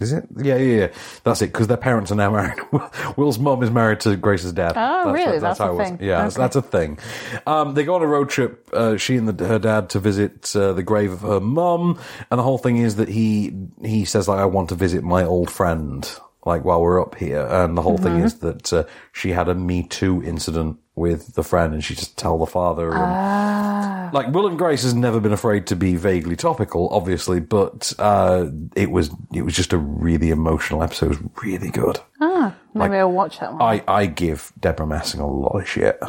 is it? Yeah, yeah, yeah. That's it. Because their parents are now married. Will's mum is married to Grace's dad. Oh, really? That's how a it was. thing. Yeah, that's, Okay. that's a thing. Um, they go on a road trip. Uh, she and the, her dad to visit uh, the grave of her mum, and the whole thing is that he he says like, "I want to visit my old friend." Like while we're up here, and the whole thing Mm-hmm. Mhm. is that uh, she had a Me Too incident with the friend, and she just tell the father. And, like Will and Grace has never been afraid to be vaguely topical, obviously, but uh, it was it was just a really emotional episode. It was really good. Ah, maybe Like- I'll watch that one. I, I give Deborah Messing a lot of shit.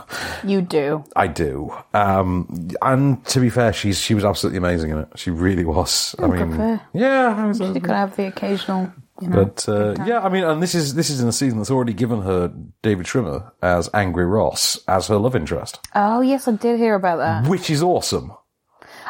you do. I do. Um, and to be fair, she's she was absolutely amazing in it. She really was. I Oh, good mean, for her. yeah, she could have the occasional, you know. but uh, yeah, I mean, and this is this is in a season that's already given her David Trimmer as Angry Ross as her love interest, Oh yes, I did hear about that. which is awesome. Mm.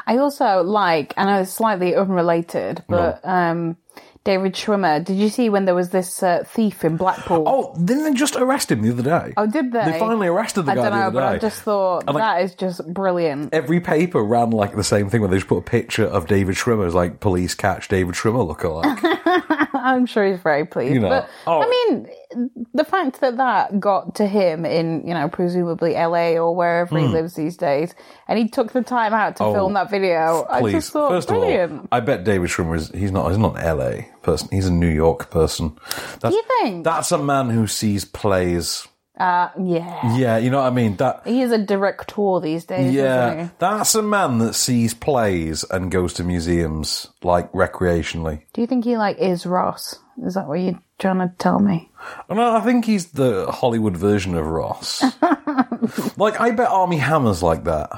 I also like, I know it's slightly unrelated, but um, David Schwimmer. Did you see when there was this uh, thief in Blackpool? Oh, didn't they just arrest him the other day? oh, did they? They finally arrested the I guy don't the know, other but I day. just thought And, like- that is just brilliant. Every paper ran like the same thing where they just put a picture of David Schwimmer as like police catch David Schwimmer lookalike. I'm sure he's very pleased. You know, but oh. I mean, the fact that that got to him in, you know, presumably LA or wherever he Hmm. lives these days, and he took the time out to Oh, film that video, I Please, just thought, first brilliant. of all, I bet David Schwimmer is he's not he's not an LA person. He's a New York person. That's, Do you think? that's a man who sees plays. Uh, yeah. Yeah, you know what I mean. That He is a director these days, yeah, isn't that's a man that sees plays and goes to museums like recreationally. he? Do you think he, like, is Ross? Is that what you're trying to tell me? And I I think he's the Hollywood version of Ross. like I bet Army Hammer's like that.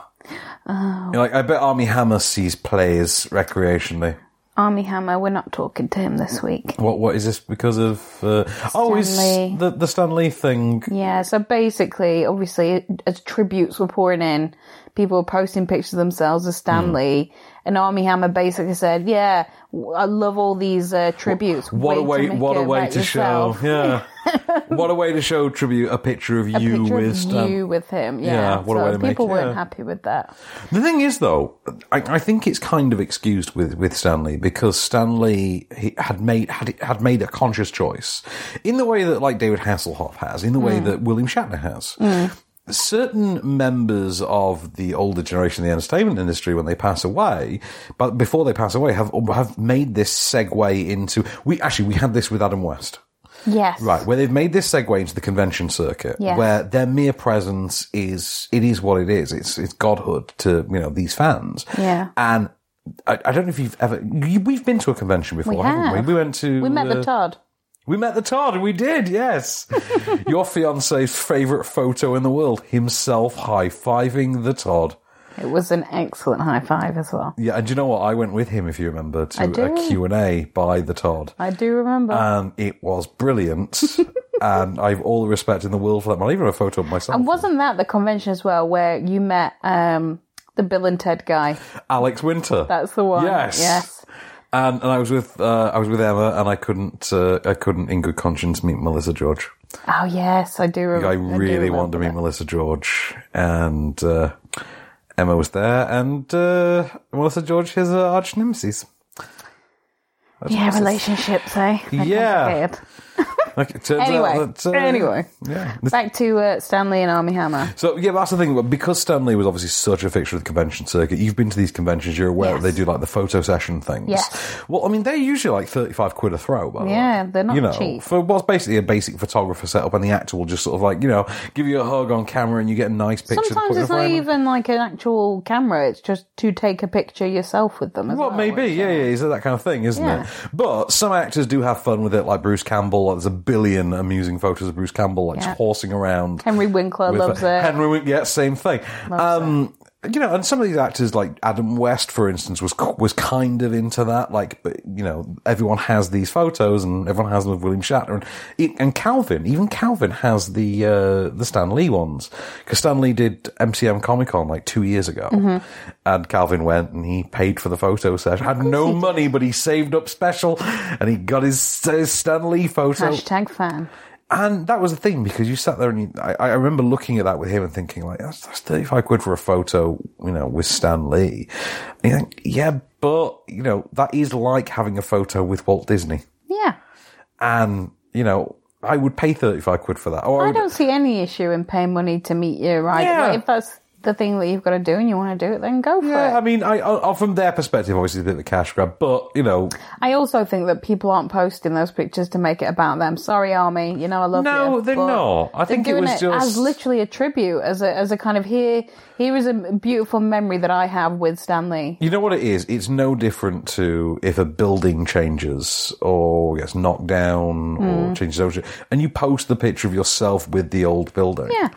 Oh. You know, like I bet Army Hammer sees plays recreationally. Army Hammer, we're not talking to him this week. What what is this because of? Uh, oh, is Stanley. the the Stan Lee thing? Yeah, so basically, obviously, as tributes were pouring in, people were posting pictures of themselves Hmm. as Stan Lee, and Army Hammer basically said, "Yeah, w- I love all these uh, tributes. What a way! to make What it a way about to yourself." show! Yeah. what a way to show tribute a picture of A you picture with of Stan. you with him. Yeah, Yeah, what a so way to make people it, weren't yeah. happy with that. The thing is, though, I, I think it's kind of excused with with Stanley because Stanley he had made had had made a conscious choice in the way that like David Hasselhoff has, in the way Mm. that William Shatner has. certain members of the older generation of the entertainment industry, when they pass away, but before they pass away, have have made this segue into we actually we had this with Adam West. Yes. Right, where they've made this segue into the convention circuit, Yes. where their mere presence is it is what it is. It's it's godhood to you know these fans, Yeah. and I, I don't know if you've ever you, we've been to a convention before, We haven't have. we? We went to We met the uh, Todd. We met the Todd, and we did. Yes, your fiance's favorite photo in the world, himself high fiving the Todd. It was an excellent high five as well. Yeah, and do you know what? I went with him, if you remember, to I a do. Q and A by the Todd. I do remember. and Um, it was brilliant. and I've all the respect in the world for that man. I even have a photo of myself. and wasn't that the convention as well where you met um, the Bill and Ted guy? Alex Winter. That's the one. Yes. Yes. And, and I was with uh, I was with Emma, and I couldn't uh, I couldn't in good conscience meet Melissa George. Oh yes, I do. Like, Remember. I really wanted to meet Melissa George, and uh, Emma was there, and uh, Melissa George his uh, arch nemesis. Arch Yeah, nemesis. relationships, eh? They're Yeah. complicated. Like, it turns Anyway, out that, uh, anyway. yeah. Back to uh, Stanley and Army Hammer. So yeah, that's the thing. But Because Stanley was obviously such a fixture of the convention circuit, you've been to these conventions. You're aware that they do like the photo session things. Yes. Well, I mean, they're usually like thirty-five quid a throw. By the way. Yeah, they're not you know, cheap. for what's basically a basic photographer setup, and the actor will just sort of like you know give you a hug on camera, and you get a nice picture. to Sometimes put in it's a not frame. even like an actual camera; it's just to take a picture yourself with them. As well, Well, maybe, yeah, yeah, it's that kind of thing, isn't Yeah. it? But some actors do have fun with it, like Bruce Campbell. There's a billion amusing photos of Bruce Campbell, like Yeah. just horsing around. Henry Winkler with loves her- it. Henry Winkler, yeah, same thing. Um, you know, and some of these actors, like Adam West, for instance, was was kind of into that. Like, but, you know, everyone has these photos, and everyone has them with William Shatner, and it- and Calvin, even Calvin has the uh, the Stan Lee ones because Stan Lee did MCM Comic Con like two years ago, Mhm. and Calvin went and he paid for the photo session. Had no money, but he saved up special, and he got his, his Stan Lee photo. Hashtag fan. And that was the thing because you sat there and you, I, I remember looking at that with him and thinking like that's, that's thirty five quid for a photo, you know, with Stan Lee. And you think, yeah, but you know that is like having a photo with Walt Disney. Yeah. And you know, I would pay thirty five quid for that. Or I I would, don't see any issue in paying money to meet you, right? Yeah. Like, if that's the thing that you've got to do and you want to do it, then go for it. yeah, I mean, I, I from their perspective, obviously it's a bit of a cash grab, but you know, I also think that people aren't posting those pictures to make it about them. Sorry, Army. You know I love you. No, they're but not. I they're think it doing was just- as literally a tribute, as a as a kind of here here is a beautiful memory that I have with Stanley. You know what it is? It's no different to if a building changes or gets knocked down or Mm. changes ownership, and you post the picture of yourself with the old building. Yeah,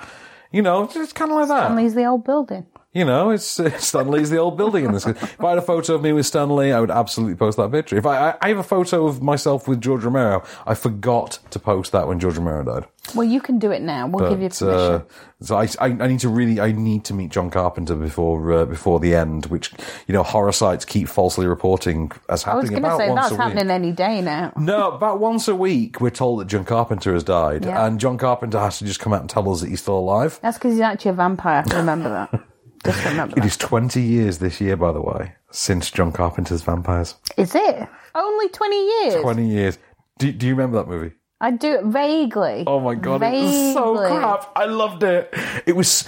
You know, it's just kind of like that. Stanley's the old building. You know, it's uh, Stanley's the old building in this. case. If I had a photo of me with Stanley, I would absolutely post that picture. If I, I, I have a photo of myself with George Romero, I forgot to post that when George Romero died. Well, you can do it now. We'll give you But, permission. uh, so I, I, I need to really, I need to meet John Carpenter before uh, before the end, which you know horror sites keep falsely reporting as I was happening going about to say once that's a week. happening any day now. No, about once a week we're told that John Carpenter has died, Yeah. and John Carpenter has to just come out and tell us that he's still alive. That's because he's actually a vampire. Remember that. Just remember. It is twenty years this year, by the way, since John Carpenter's Vampires. Is it only twenty years? Twenty years. Do, do you remember that movie? I do vaguely. Oh my god, it was so Vaguely. crap. I loved it. It was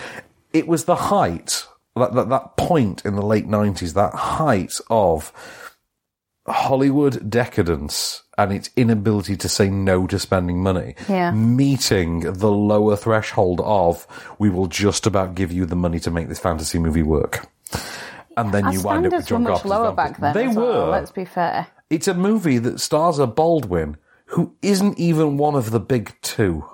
it was the height that that, that point in the late nineties, that height of Hollywood decadence and its inability to say no to spending money. Yeah. Meeting the lower threshold of we will just about give you the money to make this fantasy movie work. And then Our you wind up with standards were John much Carpenter's lower Vampire. back then. They as well, were. Let's be fair. It's a movie that stars a Baldwin who isn't even one of the big two.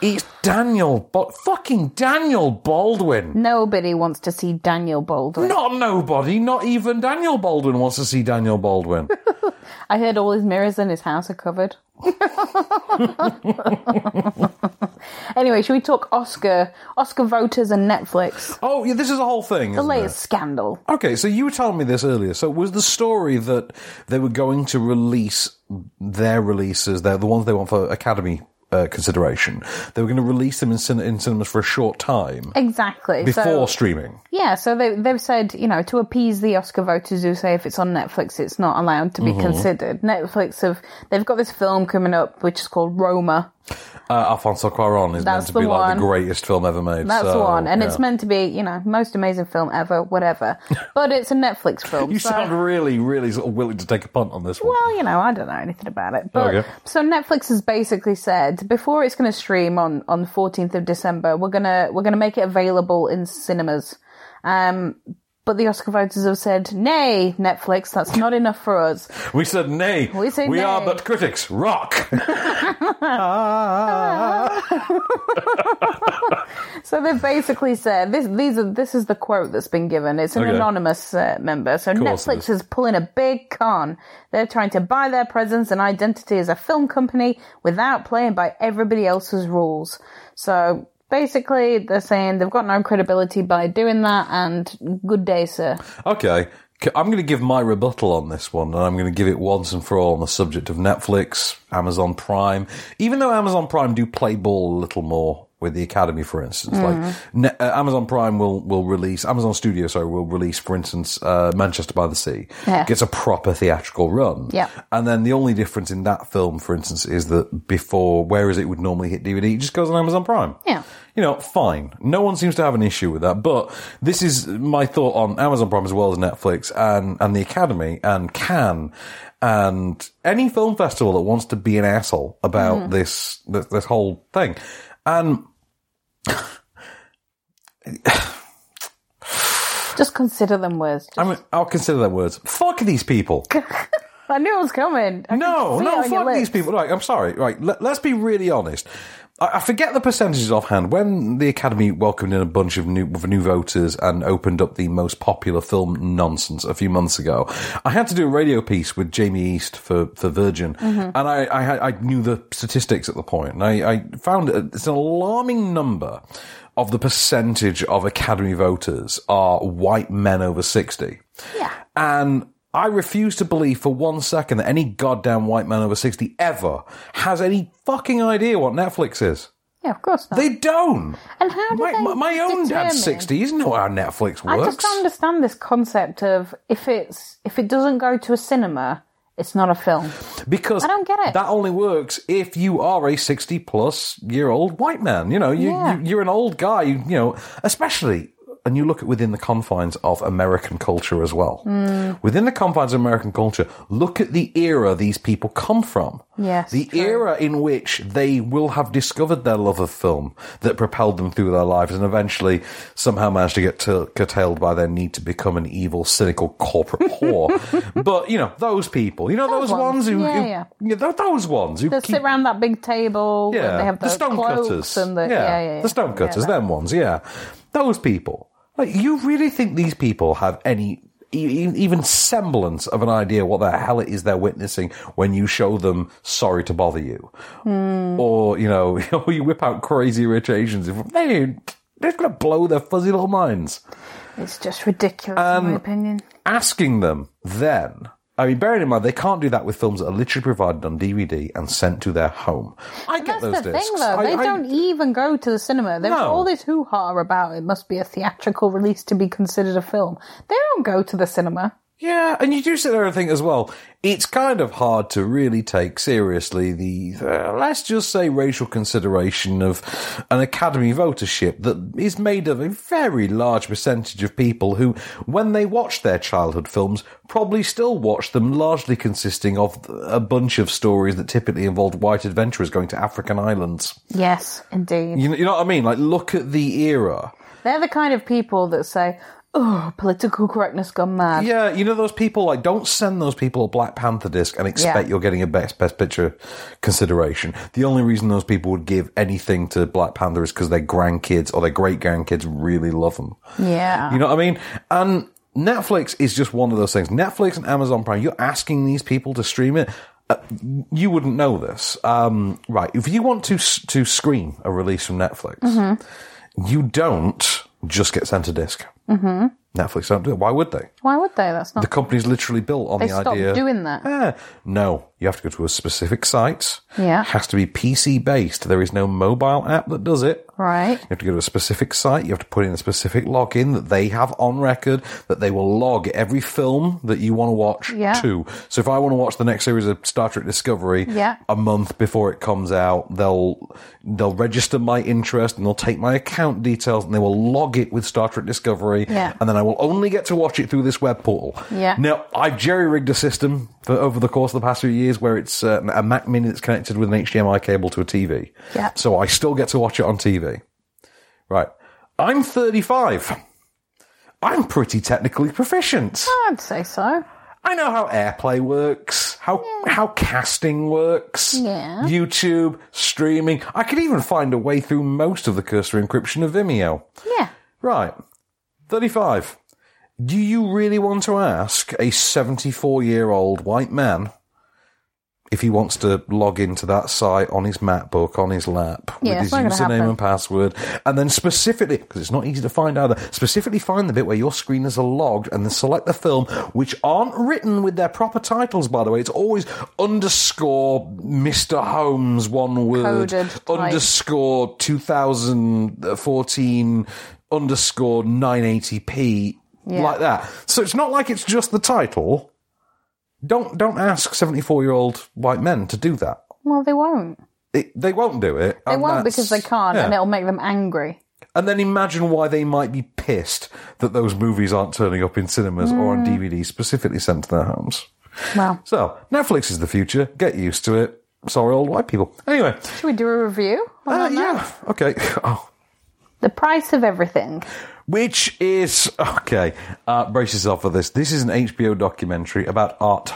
It's Daniel, but fucking Daniel Baldwin. Nobody wants to see Daniel Baldwin. Not nobody, not even Daniel Baldwin wants to see Daniel Baldwin. I heard all his mirrors in his house are covered. anyway, should we talk Oscar, Oscar voters, and Netflix? Oh, yeah, this is a whole thing. The isn't latest it? scandal. Okay, so you were telling me this earlier. So was the story that they were going to release their releases, their, the ones they want for Academy uh, consideration, they were going to release them in, cin- in cinemas for a short time Exactly. before so, streaming. yeah, so they, they've said, you know, to appease the Oscar voters who say if it's on Netflix, it's not allowed to be Mhm. considered. Netflix have, they've got this film coming up, which is called Roma. Uh, Alfonso Cuaron is meant That's to be the like the one. greatest film ever made. That's so, the one. And it's yeah. meant to be, you know, most amazing film ever, whatever. But it's a Netflix film. You so- sound really, really sort of willing to take a punt on this one. Well, you know, I don't know anything about it. But Okay. so Netflix has basically said before it's going to stream on on the 14th of December, we're going to we're going to make it available in cinemas. Um but the Oscar voters have said, "Nay, Netflix, that's not enough for us." We said nay. We said nay. are but critics. Rock. so they've basically said this. These are this is the quote that's been given. It's an Okay. anonymous uh, member. So Of course it Netflix is. is pulling a big con. They're trying to buy their presence and identity as a film company without playing by everybody else's rules. So basically, they're saying they've got no credibility by doing that. And good day, sir. okay. C- I'm going to give my rebuttal on this one, and I'm going to give it once and for all on the subject of Netflix, Amazon Prime. Even though Amazon Prime do play ball a little more with the Academy, for instance, Mhm. like Ne- uh, Amazon Prime will will release Amazon Studio, sorry, will release, for instance, uh, Manchester by the Sea Yeah. gets a proper theatrical run. Yeah. And then the only difference in that film, for instance, is that before whereas it would normally hit DVD, it just goes on Amazon Prime. Yeah. You know, fine. No one seems to have an issue with that. But this is my thought on Amazon Prime as well as Netflix and, and the Academy and Cannes and any film festival that wants to be an asshole about Mhm. this, this this whole thing. And Just consider them words. I mean, I'll consider their words. Fuck these people. I knew it was coming. I No, could see it no, on your fuck these lips. people. Right, I'm sorry. Right, let, us be really honest. I, I forget the percentages offhand. When the Academy welcomed in a bunch of new of new voters and opened up the most popular film nonsense a few months ago, I had to do a radio piece with Jamie East for for Virgin, Mhm. Mm-hmm. and I, I had- I knew the statistics at the point, and I, I found it, it's an alarming number of the percentage of Academy voters are white men over sixty. And I refuse to believe for one second that any goddamn white man over 60 ever has any fucking idea what Netflix is. Yeah, of course not. They don't. and how do My, they my, my own determine? dad's 60. He doesn't know how Netflix I works. just don't understand this concept of if it's if it doesn't go to a cinema, it's not a film. because I don't get it. that only works if you are a 60 plus year old white man. You know, you, Yeah. you, you're an old guy, you, you know, especially, and you look at within the confines of American culture as well. Mm, Within the confines of American culture, look at the era these people come from. yes. The era in which they will have discovered their love of film that propelled them through their lives and eventually somehow managed to get tur- curtailed by their need to become an evil, cynical corporate whore. but, you know, those people, you know, those, ones, who, Yeah, who- yeah. yeah, tho- those ones who They keep- sit around that big table. yeah, Yeah. They have the the, cloaks stonecutters. and the yeah, yeah, yeah. The stonecutters, Yeah, that- them ones, yeah. Those people. Like, you really think these people have any e- e- even semblance of an idea what the hell it is they're witnessing when you show them sorry to bother you Hmm. or you know or you whip out crazy rich asians in front- they they're gonna blow their fuzzy little minds It's just ridiculous, Um, in my opinion. asking them then I mean, bearing in mind they can't do that with films that are literally provided on DVD and sent to their home. I And get that's those the discs. thing, though. I- they I- don't even go to the cinema. There's No. all this hoo ha about it must be a theatrical release to be considered a film. They don't go to the cinema. Yeah, and you do sit there and think as well, it's kind of hard to really take seriously the, uh, let's just say, racial consideration of an academy votership that is made of a very large percentage of people who, when they watch their childhood films, probably still watch them largely consisting of a bunch of stories that typically involved white adventurers going to African islands. Yes, indeed. You, you know what I mean? Like, look at the era. They're the kind of people that say, oh, political correctness gone mad. Yeah, you know those people. Like, don't send those people a Black Panther disc and expect Yeah. you're getting a best best picture consideration. The only reason those people would give anything to Black Panther is because their grandkids or their great grandkids really love them. Yeah. You know what I mean? And Netflix is just one of those things. Netflix and Amazon Prime, you're asking these people to stream it. Uh, you wouldn't know this. Um, right. If you want to, s- to screen a release from Netflix, you don't just get sent a disc. hmm Netflix don't do it. Why would they? Why would they? That's not. The company's literally built on they the stopped idea. doing that. Yeah. No, you have to go to a specific site. Yeah. It has to be PC based. There is no mobile app that does it. Right. You have to go to a specific site. You have to put in a specific login that they have on record that they will log every film that you want to watch Yeah. to. So if I want to watch the next series of Star Trek Discovery Yeah. a month before it comes out, they'll they'll register my interest and they'll take my account details and they will log it with Star Trek Discovery. Yeah. And then I will only get to watch it through this web portal. Yeah. Now I've jerry rigged a system for over the course of the past few years where it's uh, a Mac Mini that's connected with an HDMI cable to a TV. Yeah. So I still get to watch it on TV. Right. I'm 35. I'm pretty technically proficient. I'd say so. I know how AirPlay works, how how casting works, Yeah. YouTube, streaming. I could even find a way through most of the cursor encryption of Vimeo. Yeah. Right. 35. Do you really want to ask a 74 year old white man if he wants to log into that site on his MacBook, on his lap, Yeah, with it's his not gonna happen. username and password, and then specifically, because it's not easy to find either, specifically find the bit where your screeners are logged and then select the film, which aren't written with their proper titles, by the way. It's always underscore Mr. Holmes, one word, Coded type. underscore 2014 underscore 980p Yeah. like that so it's not like it's just the title don't don't ask 74 year old white men to do that Well, they won't. it, they won't do it They and won't that's- because they can't, yeah. and it'll make them angry. and then imagine why they might be pissed that those movies aren't turning up in cinemas or on Mm. dvd specifically sent to their homes Wow. so netflix is the future get used to it sorry old white people anyway Should we do a review? uh, yeah okay oh The price of everything. which is okay. Uh, brace yourself for this. This is an HBO documentary about art,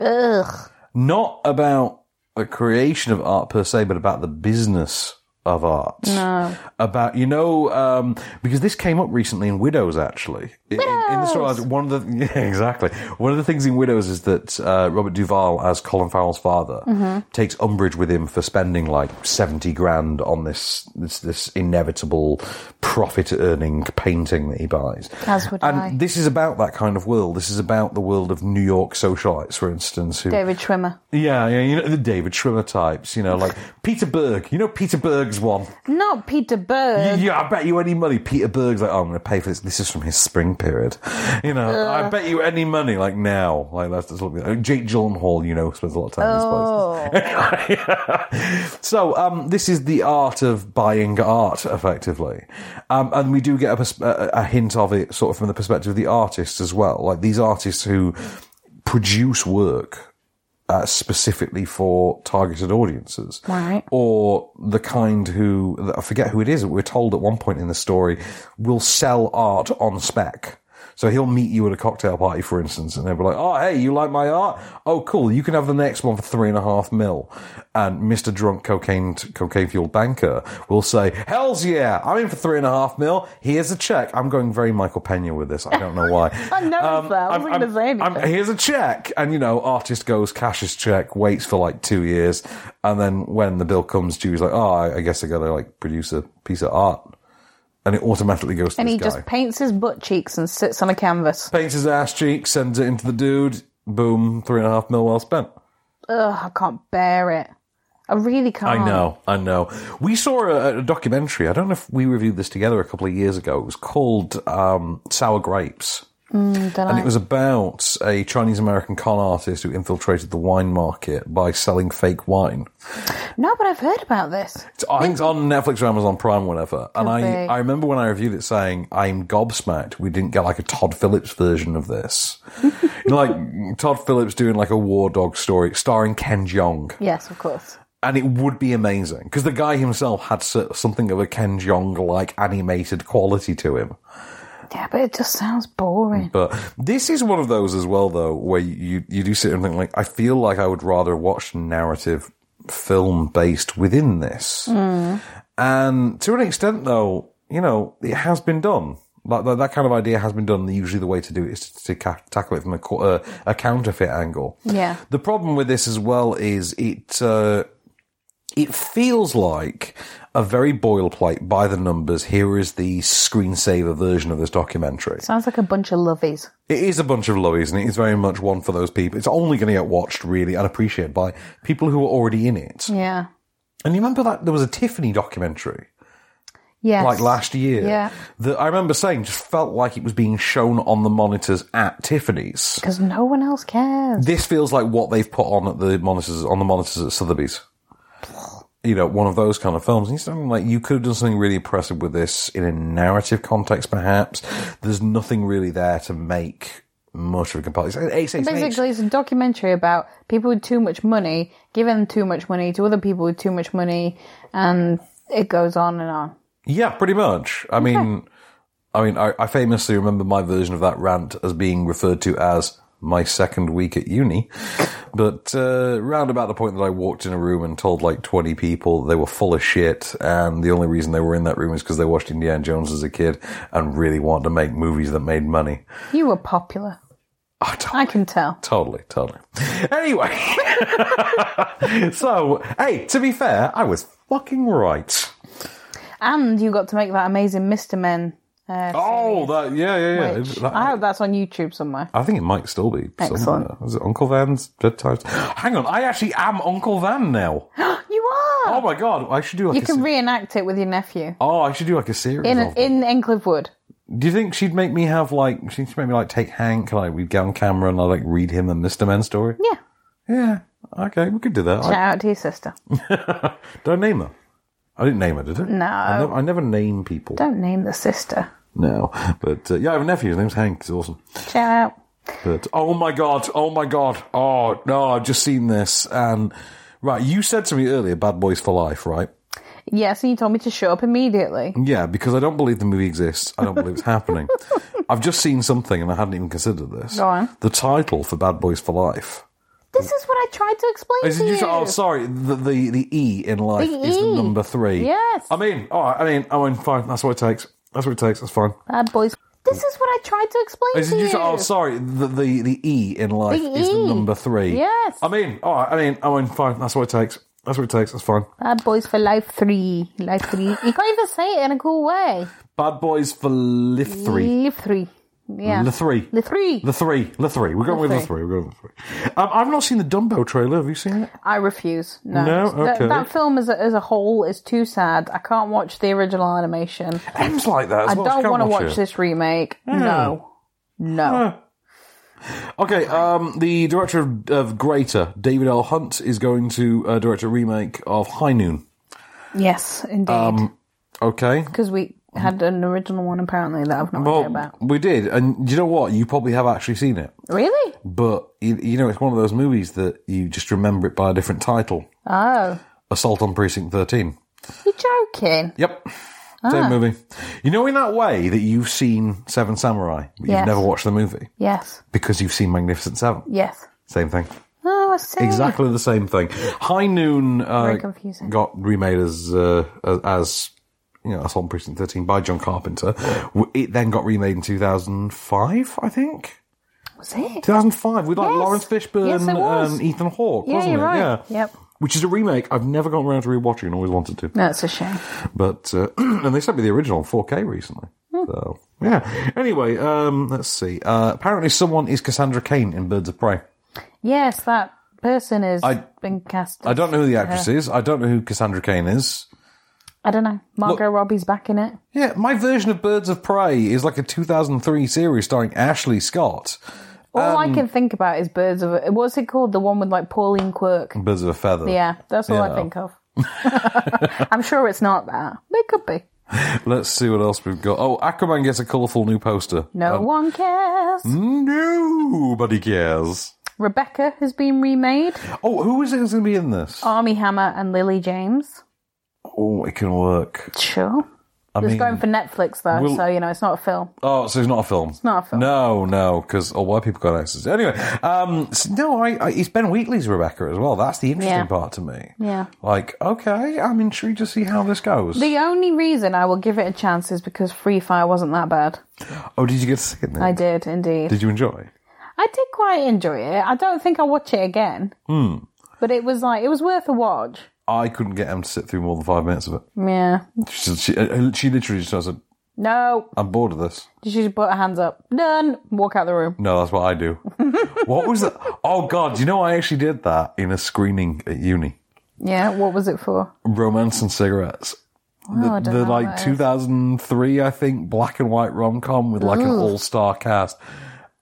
Ugh. not about the creation of art per se, but about the business of art. No. About you know um, because this came up recently in Widows actually. In, in- in the story, one of the yeah, exactly one of the things in Widows is that uh, Robert Duvall as Colin Farrell's father Mhm. Mm-hmm. takes umbrage with him for spending like seventy grand on this this this inevitable profit earning painting that he buys. As would and I. this is about that kind of world. This is about the world of New York socialites, for instance, who David Schwimmer. yeah, yeah, you know the David Schwimmer types, you know, like Peter Berg. You know Peter Berg's one. Not Peter Berg. Yeah, I bet you any money. Peter Berg's like, oh, I'm going to pay for this. This is from his spring period. You know, I Ugh. bet you any money, like now, like that's just look. like Jake Gyllenhaal, you know, spends a lot of time in this place. Oh. So um, this is the art of buying art, effectively, um, and we do get a, pers- a, a hint of it sort of from the perspective of the artists as well. Like these artists who produce work uh, specifically for targeted audiences, Right. Or the kind who I forget who it is. We're told at one point in the story will sell art on spec. So he'll meet you at a cocktail party, for instance, and they'll be like, "Oh, hey, you like my art? Oh, cool. You can have the next one for three and a half mil." And Mister Drunk Cocaine Cocaine Fueled Banker will say, "Hell's yeah! I'm in for three and a half mil. Here's a check. I'm going very Michael Pena with this. I don't know why. I noticed that. I wasn't going to say anything. Um, I'm- here's a check. And, you know, artist goes, cashes check, waits for like two years. And then when the bill comes due, he's like, oh, I, I guess I got to like produce a piece of art. And it automatically goes to and this he guy. just paints his butt cheeks and sits on a canvas. Paints his ass cheek, sends it into the dude. Boom, three and a half mil well spent. Ugh, I can't bear it. I really can't. I know, I know. We saw a, a documentary. I don't know if we reviewed this together a couple of years ago. It was called um, Sour Grapes. Mm, and it was about a Chinese American con artist who infiltrated the wine market by selling fake wine. No, but I've heard about this. It's, I think it's on Netflix or Amazon Prime, whatever. And Could I, be. I remember when I reviewed it saying, I'm gobsmacked we didn't get like a Todd Phillips version of this. You know, like Todd Phillips doing like a war dog story starring Ken Jeong. Yes, of course. And it would be amazing because the guy himself had so- something of a Ken Jeong like animated quality to him. Yeah, but it just sounds boring. But this is one of those as well, though, where you, you do sit and think, like, I feel like I would rather watch a narrative film based within this. Mm. And to an extent, though, you know, it has been done. Like, that, that kind of idea has been done. Usually the way to do it is to, to ca- tackle it from a, co- uh, a counterfeit angle. Yeah. The problem with this as well is it uh, it feels like a very boilerplate by the numbers. Here is the screensaver version of this documentary. Sounds like a bunch of lovies. It is a bunch of lowies, and it is very much one for those people. It's only going to get watched really and appreciated by people who are already in it. Yeah. And you remember that there was a Tiffany documentary Yes. like last year Yeah. that I remember saying just felt like it was being shown on the monitors at Tiffany's. Because no one else cares. This feels like what they've put on at the monitors on the monitors at Sotheby's. You know, one of those kind of films. And it's something like you could have done something really impressive with this in a narrative context, perhaps. There's nothing really there to make much of a comparison. It's, it's, it's, Basically, it's a documentary about people with too much money giving too much money to other people with too much money, and it goes on and on. yeah, pretty much. I mean, I mean, I, I famously remember my version of that rant as being referred to as my second week at uni. But uh, round about the point that I walked in a room and told like 20 people they were full of shit, and the only reason they were in that room is because they watched Indiana Jones as a kid and really wanted to make movies that made money. Ah, You were popular. I can tell. Totally, totally. Anyway, so hey, to be fair, I was fucking right. And you got to make that amazing Mr. Men. Uh, Oh, that yeah, yeah, yeah. Which- That- I hope that's on YouTube somewhere. I think it might still be. Excellent. somewhere. Was it Uncle Van's bedtime? Hang on, I actually am Uncle Van now. you are. Oh my god, I should do like you a can se- reenact it with your nephew Oh, I should do like a series. in of- in Enclave Wood. do you think she'd make me have like she'd make me like take Hank and like we'd get on camera and I like read him a Mr. Man story? Yeah. Yeah. Okay, we could do that. Shout I, out to your sister. did I name her? I didn't name her, did I? No. I never, I never name people. Don't name the sister. No. But uh, yeah, I have a nephew. His name's Hank. He's awesome. Shout out. But oh my god, oh my god, oh no, I've just seen this. And right, you said to me earlier, "Bad Boys for Life," right? Yes, and you told me to shut up immediately. Yeah, because I don't believe the movie exists. I don't believe it's happening. I've just seen something and I hadn't even considered this. Go on. The title for Bad Boys for Life. This is what I tried to explain Is to it you. just- oh, sorry. The, the the E in life The is the E. number three. Yes. I mean, all right. I mean, I mean, fine. That's what it takes. That's what it takes. That's fine. Bad boys. This is what I tried to explain Is to it you. just, oh, sorry. The, the the E in life The is the E. number three. Yes. I mean, all right. I mean, I mean, fine. That's what it takes. That's what it takes. That's fine. Bad boys for life three. Life three. You can't even say it in a cool way. Bad Boys for Live three. Live three. Yeah. The three. The three. The three. The three. We're going The with the three. three. We're going with the three. Um, I've not seen the Dumbo trailer. Have you seen it? I refuse. No. No? Th- Okay. that film as a, as a whole is too sad. I can't watch the original animation. Em's like that. As I well. She don't can't want to watch, it. this remake. Yeah. No. No. Okay, um, the director of, of Greater, David L. Hunt, is going to uh, direct a remake of High Noon. Yes, indeed. Um, okay. Because we had an original one apparently that I've not heard Well, about. we did, and you know what? You probably have actually seen it, Really? but you, you know it's one of those movies that you just remember it by a different title: Oh. Assault on Precinct Thirteen. You're joking. Yep. Ah. Same movie. You know, in that way that you've seen Seven Samurai, but Yes. you've never watched the movie Yes. because you've seen Magnificent Seven. Yes. Same thing. Oh, I see. Exactly the same thing. High Noon uh, Very confusing. got remade as uh, as- as you know Assault on Precinct Thirteen by John Carpenter. W- It then got remade in two thousand five, I think. Was it? 2005 with like Yes. Lawrence Fishburne Yes, it was. and Ethan Hawke, Yeah, wasn't you're it? right. Yeah. Yep. Which is a remake I've never gotten around to rewatching and always wanted to. That's a shame. But uh, and they sent me the original in 4K recently. Hmm. So yeah. Anyway, um, let's see. Uh, apparently, someone is Cassandra Kane in Birds of Prey. Yes, that person has I- been cast. I don't know who the actress her. is. I don't know who Cassandra Kane is. I don't know. Margot Robbie's back in it. Yeah, my version of Birds of Prey is like a 2003 series starring Ashley Scott. All I Um, can think about is Birds of. a What's it called? The one with like Pauline Quirk. Birds of a Feather. Yeah, that's all Yeah. I think of. I'm sure it's not that. but It could be. Let's see what else we've got. Oh, Aquaman gets a colourful new poster. No And one cares. mm. Nobody cares. Rebecca has been remade. Oh, who is it who's going to be in this? Army Hammer and Lily James. Oh, it can work. Sure. I it's mean, going for Netflix though, we'll- so you know it's not a film. oh, so it's not a film. It's not a film. No, no, because oh, white people got access. Anyway, um, s- no, I, I, it's Ben Wheatley's Rebecca as well. That's the interesting Yeah. part to me. Yeah. Like, okay, I'm intrigued to see how this goes. The only reason I will give it a chance is because Free Fire wasn't that bad. oh, did you get to see it? Then? I did indeed. Did you enjoy? I did quite enjoy it. I don't think I'll watch it again, Hmm. but it was like it was worth a watch. I couldn't get him to sit through more than five minutes of it. Yeah. She, she, uh, she literally just said, No. "I'm bored of this." She should put her hands up. Done. Walk out the room. No, that's what I do. what was that? Oh God! You know, I actually did that in a screening at uni. Yeah. What was it for? Romance and cigarettes. Oh, the I don't the know like what that is. 2003, I think, black and white rom com with like an Ooh. all star cast,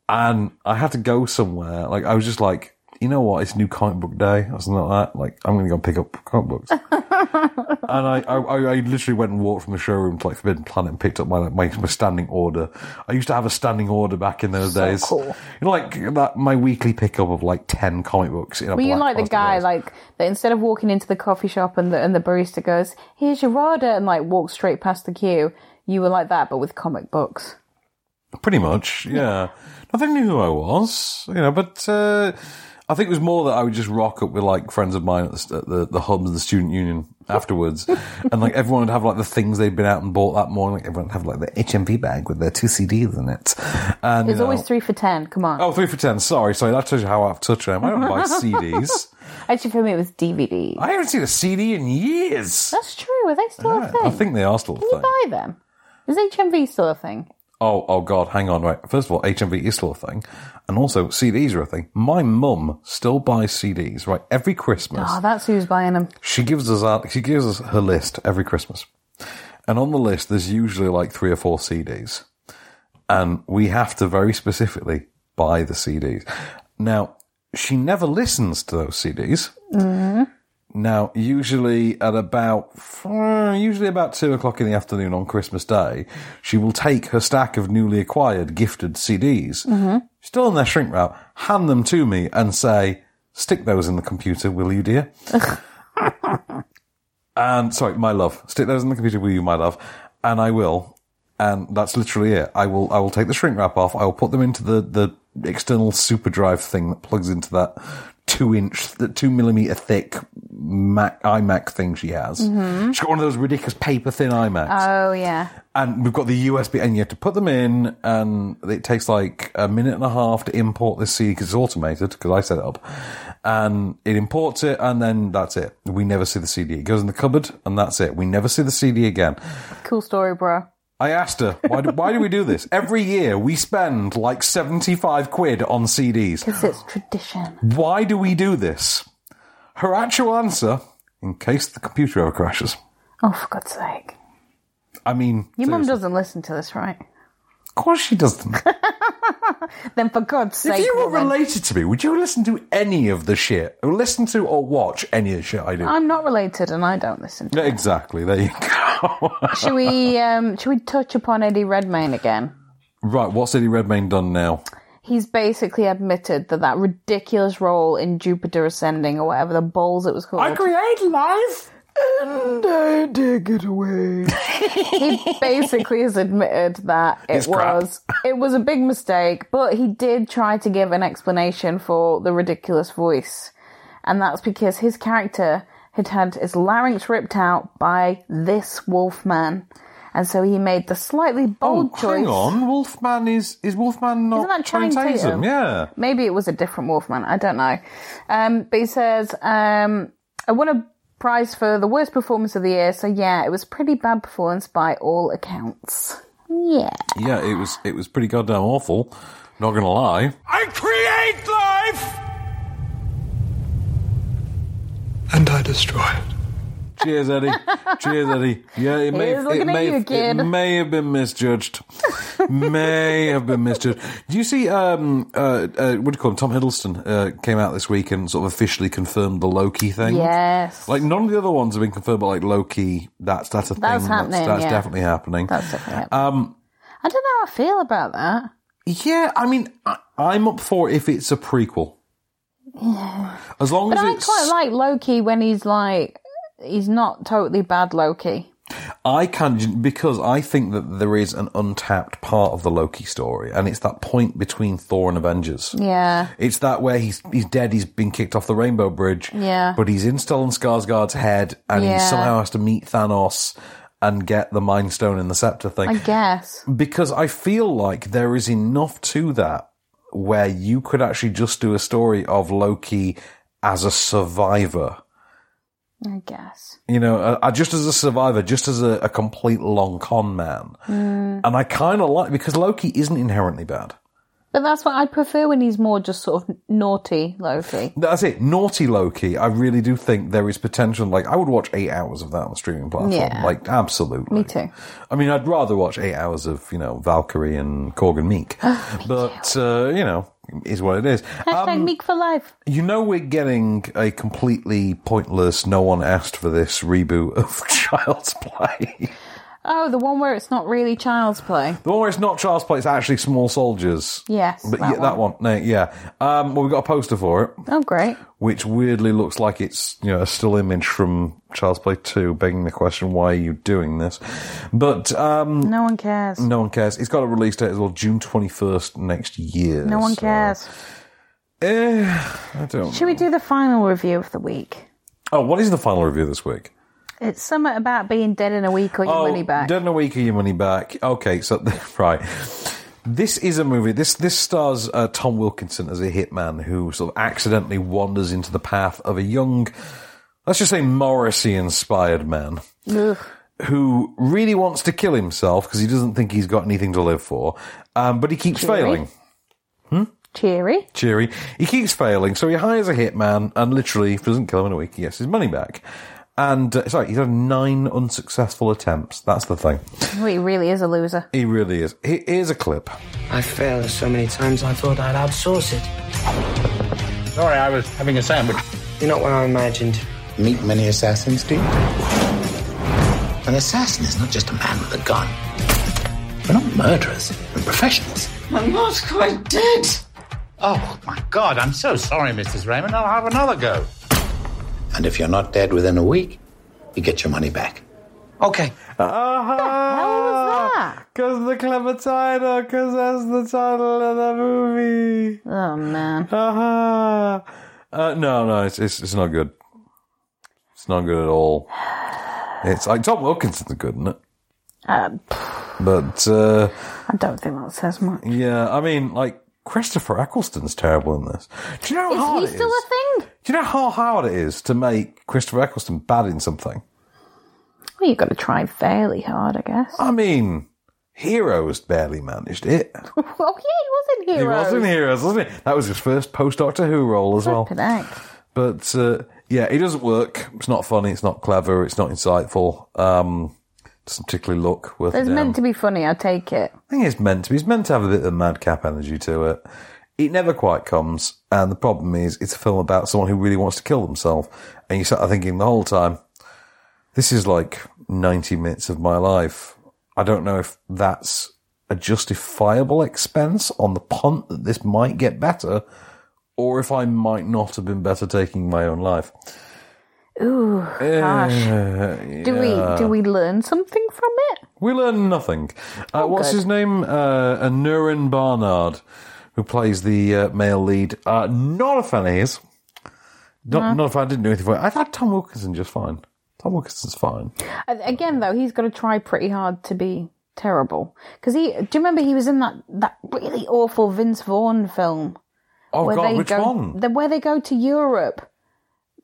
and I had to go somewhere. Like I was just like, you know what? It's new comic book day or something like that. Like I'm going to go pick up comic books. and I, I, I- I literally went and walked from the showroom to like Forbidden Planet and picked up my, my my standing order. I used to have a standing order back in those days. You know, like that my weekly pickup of like ten comic books in a Were you black like the plastic guy like that instead of walking into the coffee shop and the and the barista goes, "Here's your order," and like walks straight past the queue? You were like that, but with comic books. Pretty much, yeah. No, they knew who I was, you know, but uh, I think it was more that I would just rock up with like friends of mine at the, at the, the hubs of the student union afterwards. and like everyone would have like the things they'd been out and bought that morning. Like everyone would have like the HMV bag with their two CDs in it. And, It's you know- always three for ten. Come on. Oh, three for ten. Sorry, sorry. That tells you how out of touch I am. I don't buy CDs. Actually, for me, it was DVD. I haven't seen a CD in years. That's true. Are they still a thing? Ah, I think they are still a Can you thing. buy them? Is HMV still a thing? Oh, oh God, hang on, right. First of all, HMV is still a thing. And also, CDs are a thing. My mum still buys CDs, right? Every Christmas. Oh, that's who's buying them. She gives us our, she gives us her list every Christmas. And on the list, there's usually like three or four CDs. And we have to very specifically buy the CDs. Now, she never listens to those CDs. Mm. Now, usually at about usually about two o'clock in the afternoon on Christmas Day, she will take her stack of newly acquired gifted CDs, Mhm. still in their shrink wrap, hand them to me, and say, "Stick those in the computer, will you, dear?" and sorry, my love, stick those in the computer, will you, my love? And I will. And that's literally it. I will. I will take the shrink wrap off. I will put them into the the external super drive thing that plugs into that two inch, the two millimeter thick Mac iMac thing she has. Mhm. She's got one of those ridiculous paper thin iMacs Oh yeah. and we've got the USB, and you have to put them in, and it takes like a minute and a half to import this CD because it's automated because I set it up, and it imports it, and then that's it. We never see the CD. It goes in the cupboard, and that's it. We never see the CD again. Cool story, bro. I asked her, why do, why do we do this? Every year we spend like 75 quid on CDs. Because it's tradition. Why do we do this? Her actual answer, in case the computer ever crashes. Oh, for God's sake. I mean, Your mum doesn't listen to this, right? of course she doesn't. Then for God's sake. If you were woman. related to me, would you listen to any of the shit? Or listen to or watch any of the shit I do? I'm not related and I don't listen. Yeah, exactly. There you go. should we um should we touch upon Eddie Redmayne again? Right, what's Eddie Redmayne done now? He's basically admitted that that ridiculous role in Jupiter Ascending or whatever the balls it was called. I create life and I dig it away. he basically has admitted that it It's crap. was it was a big mistake, but he did try to give an explanation for the ridiculous voice, and that's because his character had had his larynx ripped out by this wolf man, and so he made the slightly bold choice. Oh, Hang on, Wolfman is is Wolfman not Oh, Isn't that Channing Channing Tatum? Yeah. Maybe it was a different Wolfman. I don't know. Um, but he says, um, I won a prize for the worst performance of the year. So yeah, it was pretty bad performance by all accounts. Yeah. Yeah, it was it was pretty goddamn awful. Not gonna lie. I create life! and I destroy it. Cheers, Eddie. Cheers, Eddie. Yeah, it may, He have, was it, looking at may you have- it again. may have been misjudged. may have been misjudged. Do you see? Um, uh, uh, what do you call him? Tom Hiddleston uh, came out this week and sort of officially confirmed the Loki thing. Yes. Like none of the other ones have been confirmed, but like Loki, that's that's a That's thing. happening, That's, that's yeah. definitely happening. That's definitely Um, I don't know how I feel about that. yeah, I mean, I, I'm up for it if it's a prequel, Yeah. as long But as I it's. quite like Loki when he's like, he's not totally bad Loki. I can because I think that there is an untapped part of the Loki story, and it's that point between Thor and Avengers. Yeah. It's that where he's he's dead. He's been kicked off the Rainbow Bridge. Yeah. But he's in Stellan Skarsgård's head, and Yeah. he somehow has to meet Thanos and get the Mind Stone and the Scepter thing. I guess. because I feel like there is enough to that where you could actually just do a story of Loki as a survivor. I guess. You know, uh, uh, just as a survivor, just as a, a complete long con man. Mm. And I kind of like because Loki isn't inherently bad. But that's what I prefer when he's more just sort of naughty Loki. That's it. Naughty Loki. I really do think there is potential. Like, I would watch eight hours of that on a streaming platform. Yeah. Like, absolutely. Me too. I mean, I'd rather watch eight hours of, you know, Valkyrie and Korg and Meek. but, uh, you know, is what it is. Oh, Um, Hashtag meek for life. You know, we're getting a completely pointless, no one asked for this reboot of Child's Play. Oh, the one where it's not really child's play. The one where it's not Child's Play, it's actually Small Soldiers. Yes, But that yeah, that one. No, yeah. Um, well, we've got a poster for it. Oh, great. which weirdly looks like it's you know a still image from Child's Play Two, begging the question, why are you doing this? But um, No one cares. no one cares. It's got a release date as well, June twenty first next year. No one so- cares. Eh, I don't. Should we do the final review of the week? Oh, what is the final review this week? It's something about being dead in a week or your Oh, money back. Dead in a week or your money back. Okay, so right. This is a movie. This this stars uh, Tom Wilkinson as a hitman who sort of accidentally wanders into the path of a young, let's just say Morrissey inspired man. Ugh. who really wants to kill himself because he doesn't think he's got anything to live for, um, but he keeps Cheery. failing. Cheery. Cheery. He keeps failing, so he hires a hitman and literally, if he doesn't kill him in a week, he gets his money back. And, uh, sorry, he's had nine unsuccessful attempts. That's the thing. Oh, he really is a loser. He really is. He- Here's a clip. I failed so many times I thought I'd outsource it. Sorry, I was having a sandwich. You're not what I imagined. Meet many assassins, do you? An assassin is not just a man with a gun. We're not murderers, we're professionals. I'm not quite dead. Oh, my God, I'm so sorry, Mrs. Raymond. I'll have another go. And if you're not dead within a week, you get your money back. Okay. Ah, because Uh-huh. the clever title, because that's the title of the movie. Oh man. uh no, no, it's, it's it's not good. It's not good at all. It's like Tom Wilkinson's good, isn't it? Um, But uh, I don't think that says much. yeah, I mean, like Christopher Eccleston's terrible in this. Do you know how Is hard he it still is? a thing? Do you know how hard it is to make Christopher Eccleston bad in something? Well, you've got to try fairly hard, I guess. I mean, Heroes barely managed it. oh yeah, he was in He Heroes. was in Heroes, wasn't he? That was his first post Doctor Who role as well. Flippin' heck. But uh, yeah, it doesn't work. It's not funny. It's not clever. It's not insightful. Um, doesn't particularly look worth. It's it down. meant to be funny. I take it. I think it's meant to be. It's meant to have a bit of madcap energy to it. It never quite comes, and the problem is, it's a film about someone who really wants to kill themselves, and you sat there thinking the whole time, this is like ninety minutes of my life. I don't know if that's a justifiable expense on the punt that this might get better, or if I might not have been better taking my own life. Ooh, gosh. Do we do we learn something from it? We learn nothing. Uh, what's Oh, good. his name? Uh, Nurin Barnard, who plays the uh, male lead. Uh, not a fan of his. Not, not a fan. Didn't do anything for it. I thought Tom Wilkinson just fine. Tom Wilkinson's fine. Uh, Again, though, he's got to try pretty hard to be terrible. Because he, do you remember he was in that that really awful Vince Vaughn film? Oh, God, they which go, one? The, where they go to Europe.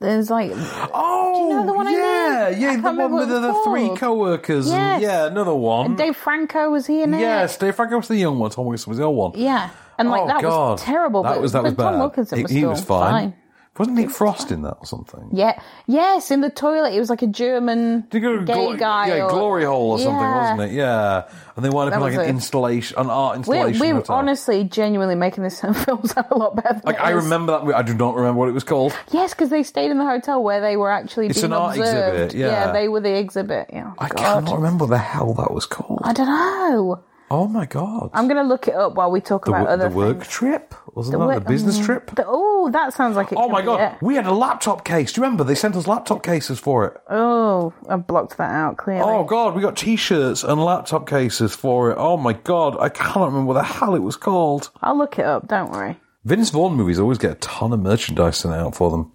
There's like, oh, do you know the one yeah, I mean? yeah, I the can't one remember with what the, it was the three called. co-workers. and- Yes. yeah, another one. And Dave Franco was he in it? Um, yes, Dave Franco was the young one. Tom Wilkinson was the old one. yeah. And like oh that God, was terrible. That but, was that was but bad. Tom Wilkinson He- was he still was fine. Wasn't Nick Frost in that or something? Yeah. Yes, in the toilet. It was like a German gay Glo- guy. yeah, or- glory hole or something, Yeah. wasn't it? Yeah, and they wound up That in like was an it. installation, an art We're, installation. we're hotel. honestly genuinely making this film sound a lot better. Than like it I is. remember that. I do not remember what it was called. Yes, because they stayed in the hotel where they were actually It's being an art observed. exhibit, yeah. they were the exhibit. Yeah. I cannot remember the hell that was called. I don't know. Oh my god! I'm going to look it up while we talk The, about wo- other the work things. trip wasn't that wor- the business mm, trip? the- oh, that sounds like it. Oh could my be god! it. We had a laptop case. Do you remember? They sent us laptop cases for it. Oh, I blocked that out clearly. Oh god, we got T-shirts and laptop cases for it. Oh my god, I cannot remember what the hell it was called. I'll look it up. Don't worry. Vince Vaughn movies always get a ton of merchandise sent out for them.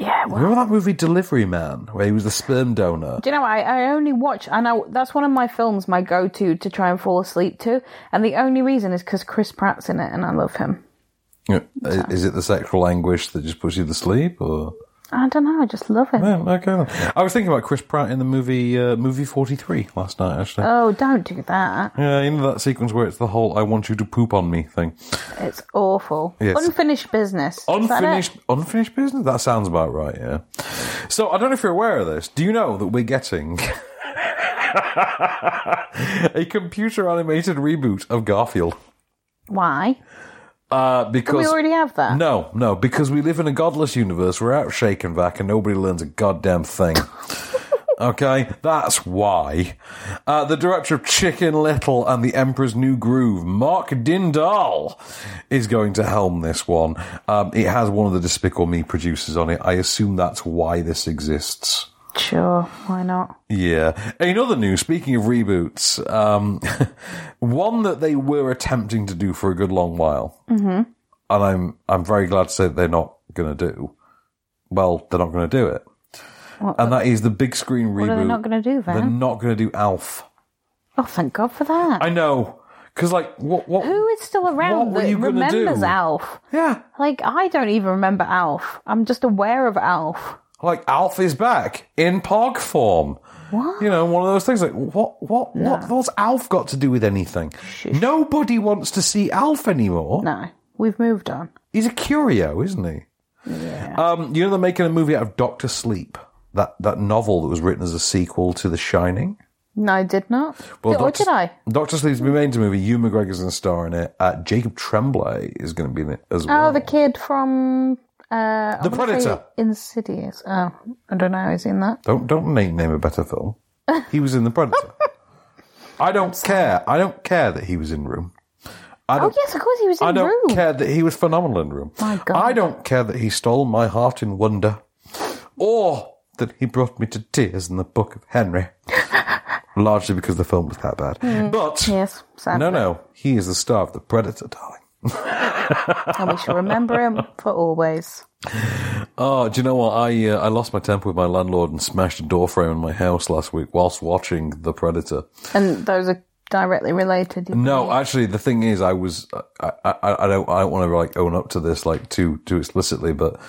Yeah. Well, Remember that movie Delivery Man, where he was the sperm donor? do you know what? I, I only watch, and I, that's one of my films, my go-to to try and fall asleep to. And the only reason is because Chris Pratt's in it, and I love him. Yeah. Is, Uh, is it the sexual anguish that just puts you to sleep, or? I don't know. I just love him. Yeah, okay. then. I was thinking about Chris Pratt in the movie uh, movie forty three last night. Actually, Oh, don't do that. yeah, you know that sequence where it's the whole "I want you to poop on me" thing. It's awful. Yes. Unfinished business. Is that it? Unfinished, unfinished business. That sounds about right. Yeah. So I don't know if you're aware of this. Do you know that we're getting a computer animated reboot of Garfield? Why? Uh, because Do we already have that? No, no, because we live in a godless universe. We're out shaking back, and nobody learns a goddamn thing. okay, that's why. Uh, the director of Chicken Little and The Emperor's New Groove, Mark Dindal, is going to helm this one. Um, it has one of the Despicable Me producers on it. I assume that's why this exists. Sure. Why not? Yeah. In other news, speaking of reboots, um, one that they were attempting to do for a good long while Mm-hmm. and I'm I'm very glad to say that they're not going to do. Well, they're not going to do it, What, and that is the big screen reboot. what are they not going to do, They're Van? not going to do Alf. Oh, thank God for that. I know, because like what what Who is still around What were that you gonna remembers do? Alf? Yeah. Like, I don't even remember Alf. I'm just aware of Alf. like Alf is back in Pog form. What? You know, one of those things like what what what what's Alf got to do with anything? Nobody wants to see Alf anymore. No, we've moved on. He's a curio, isn't he? Yeah. Um, you know they're making a movie out of Doctor Sleep, that that novel that was written as a sequel to The Shining. No, I did not. Well, Did- or Doctor- did I? Doctor Sleep's been made into a movie. Hugh McGregor's in the star in it. Uh, Jacob Tremblay is going to be in it as well. Oh, the kid from. Uh, The I wanna say Predator. Insidious. Oh, I don't know. Is he in that? Don't don't name, name a better film. He was in The Predator. I don't care. I don't care that he was in Room. I Oh, don't, yes, of course he was in I don't Room. care that he was phenomenal in Room. My God. I don't care that he stole my heart in wonder, or that he brought me to tears in the Book of Henry. Largely because the film was that bad. Hmm. But yes, sadly. No, no, he is the star of The Predator, darling. and we shall remember him for always. Oh, do you know what? I uh, I lost my temper with my landlord and smashed a door frame in my house last week whilst watching The Predator. And those are directly related. you No, actually, the thing is, I was I I, I don't I don't want to like own up to this like too too explicitly, but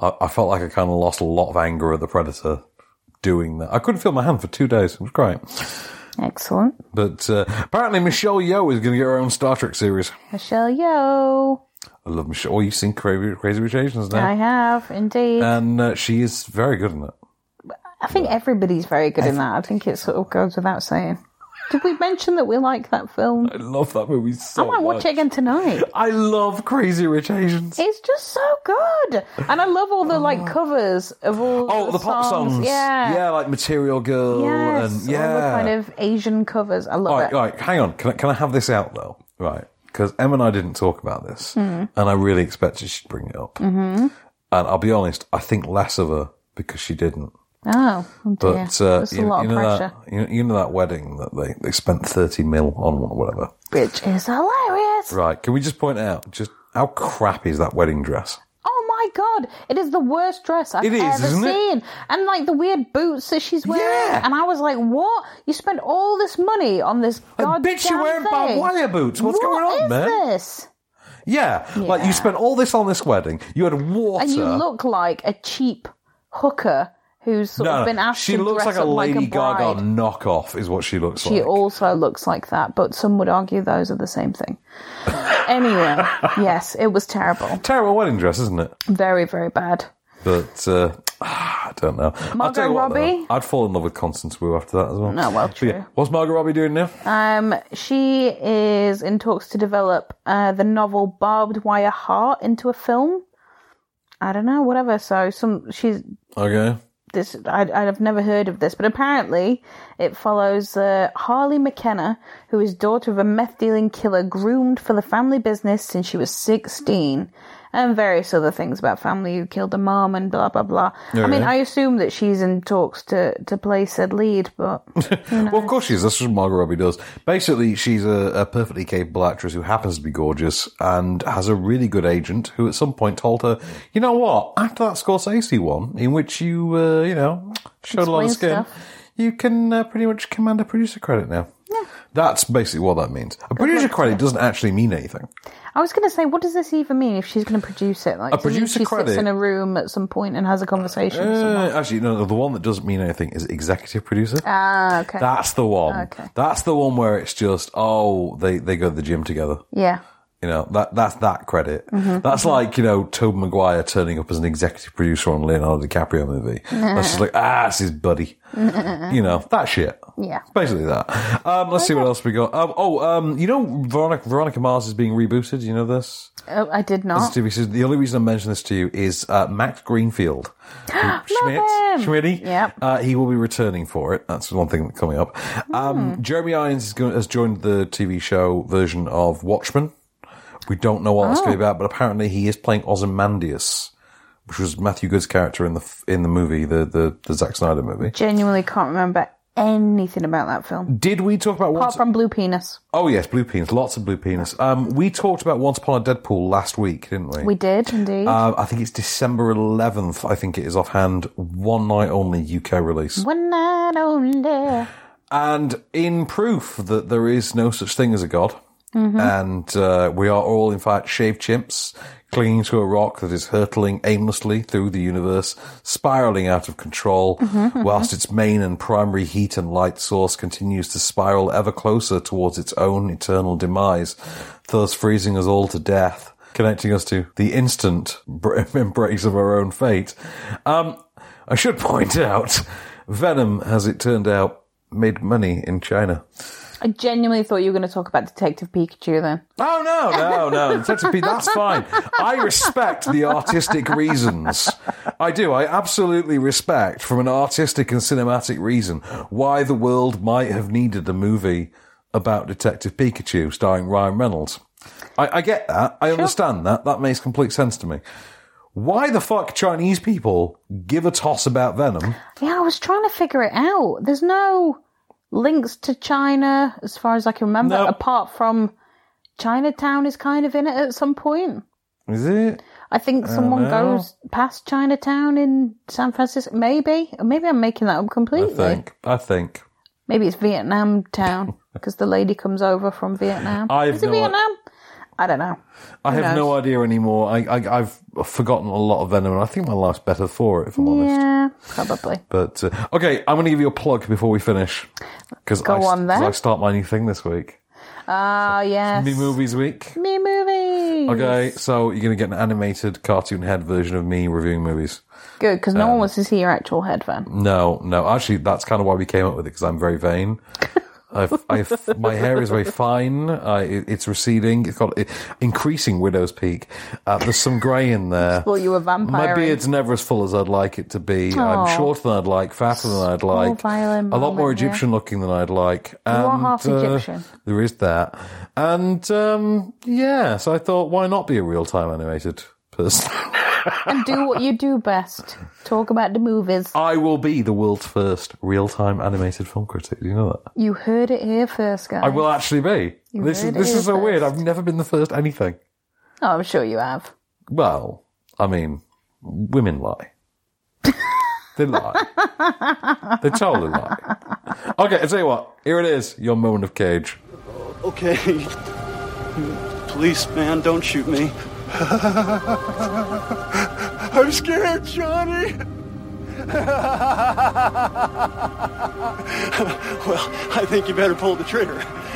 I, I felt like I kind of lost a lot of anger at the predator doing that. I couldn't feel my hand for two days. It was great, Excellent. but uh, apparently Michelle Yeoh is going to get her own Star Trek series. Michelle Yo. I love Michelle. Oh, you've seen Crazy Crazy Rich Asians now, I have indeed. and uh, she is very good in it. I think everybody's very good in that. I think it sort of goes without saying. Did we mention that we like that film? I love that movie so I might watch much. it again tonight. I love Crazy Rich Asians. It's just so good, and I love all the like covers of all. Oh, the pop songs. Yeah. yeah, like Material Girl, Yes, and all the yeah, Oh, kind of Asian covers. I love All right, it. all right, hang on. Can I, can I have this out though? Right, because Em and I didn't talk about this, Mhm. and I really expected she'd bring it up. Mm-hmm. And I'll be honest, I think less of her because she didn't. Oh, oh dear. But uh, That's you, a lot you of know pressure. that you know, you know that wedding that they, they spent thirty mil on or whatever. Which is hilarious. Right? Can we just point out just how crap is that wedding dress? Oh my god, it is the worst dress I've It is, ever isn't it? seen. And like the weird boots that she's wearing. And I was like, what? You spent all this money on this goddamn bitch, you're wearing thing. barbed wire boots. What's What going on, is man? This? Yeah, like you spent all this on this wedding. You had water. And you look like a cheap hooker who's sort of been asked she to looks like dress a up like Lady a bride. Gaga knockoff, is what she looks She like. also looks like that, but some would argue those are the same thing. anyway, yes, it was terrible. Terrible wedding dress, isn't it? Very, very bad. But uh, I don't know. I'll Margot tell you what, though, Robbie? I'd fall in love with Constance Wu after that as well. No, well, But yeah, What's Margot Robbie doing now? Um, she is in talks to develop uh, the novel Barbed Wire Heart into a film. I don't know, whatever. So some she's Okay. this I, I've never heard of this, but apparently it follows uh, Harley McKenna, who is daughter of a meth dealing killer groomed for the family business since she was 16, and various other things about family who killed a mom and blah blah blah. I mean, Okay. I assume that she's in talks to to play said lead, but Well, of course she is. That's what Margot Robbie does. Basically, she's a, a perfectly capable actress who happens to be gorgeous and has a really good agent who at some point told her, you know what, after that Scorsese one, in which you, uh, you know, showed a lot of Explain skin, stuff. you can uh, pretty much command a producer credit now. That's basically what that means. A producer credit doesn't actually mean anything. I was going to say, what does this even mean if she's going to produce it? Like, A does it mean producer she credit- sits in a room at some point and has a conversation. with someone? Uh, actually, no, no, the one that doesn't mean anything is executive producer. Ah, okay. That's the one. Okay. That's the one where it's just, oh, they, they go to the gym together. Yeah. You know, that that's that credit. Mhm. That's Mhm. like, you know, Tobey Maguire turning up as an executive producer on a Leonardo DiCaprio movie. that's just like, ah, it's his buddy. you know, that shit. Yeah. It's Basically that. Um, let's see what else we got. Um, oh, um, you know, Veronica, Veronica Mars is being rebooted. You know this? Oh, I did This not. is TV series. The only reason I mention this to you is uh, Max Greenfield. Schmidt, Love him. Schmitty. Yep. Uh, he will be returning for it. That's one thing coming up. Um, Hmm. Jeremy Irons is going, has joined the TV show version of Watchmen. We don't know what that's going to be Oh. about, but apparently he is playing Ozymandias, which was Matthew Good's character in the f- in the movie, the the, the Zack Snyder movie. Genuinely can't remember anything about that film. Did we talk about apart from Blue Penis? Oh yes, blue penis, lots of blue penis. Um, we talked about Once Upon a Deadpool last week, didn't we? We did indeed. Um, I think it's December 11th. I think it is offhand. One night only UK release. One night only. And in proof that there is no such thing as a god, Mhm. and uh, we are all, in fact, shaved chimps clinging to a rock that is hurtling aimlessly through the universe, spiraling out of control, Mhm, mhm. whilst its main and primary heat and light source continues to spiral ever closer towards its own eternal demise, thus freezing us all to death, connecting us to the instant br- embrace of our own fate. Um, I should point out, Venom, as it turned out, made money in China. I genuinely thought you were going to talk about Detective Pikachu then. Oh no, no, no. Detective Pete, that's fine. I respect the artistic reasons. I do. I absolutely respect, from an artistic and cinematic reason, why the world might have needed a movie about Detective Pikachu starring Ryan Reynolds. I, I get that. I understand that. That makes complete sense to me. Why the fuck Chinese people give a toss about Venom? Yeah, I was trying to figure it out. There's no links to China as far as I can remember, apart from Chinatown is kind of in it at some point. Is it? I think I don't someone know. goes past Chinatown in San Francisco. Maybe, maybe I'm making that up I completely. think. I think. Maybe it's Vietnam Town because the lady comes over from Vietnam. I have is it no i- Vietnam? I don't know. I Who have no knows? idea anymore. I, I, I've forgotten a lot of Venom, and I think my life's better for it, if I'm honest. Yeah, probably. But uh, okay, I'm going to give you a plug before we finish because Go I, on then. 'cause I start my new thing this week. Ah, yes. Me movies week. Me movie. Okay, so you're going to get an animated cartoon head version of me reviewing movies. Good, because no Um, one wants to see your actual head van. No, no, actually, that's kind of why we came up with it because I'm very vain. I've, I've, my hair is very fine. I, it- it's receding. It's got it, increasing widow's peak. Uh, there's some grey in there. Well, you were My vampire. beard's never as full as I'd like it to be. Aw. I'm shorter than I'd like, fatter than I'd like, violin a lot more moment, yeah. Egyptian looking than I'd like. You are And, half uh, Egyptian. there is that, and um, yeah. So I thought, why not be a real time animated person? and do what you do best. Talk about the movies. I will be the world's first real time animated film critic. Do you know that? You heard it here first, guys. I will actually be. You this is heard it this here is so weird. I've never been the first anything. Oh, I'm sure you have. Well, I mean, women lie. they lie. they totally lie. Okay, I tell you what. Here it is. Your moment of cage. Okay. Please, man, don't shoot me. I'm scared, Johnny. well, I think you better pull the trigger.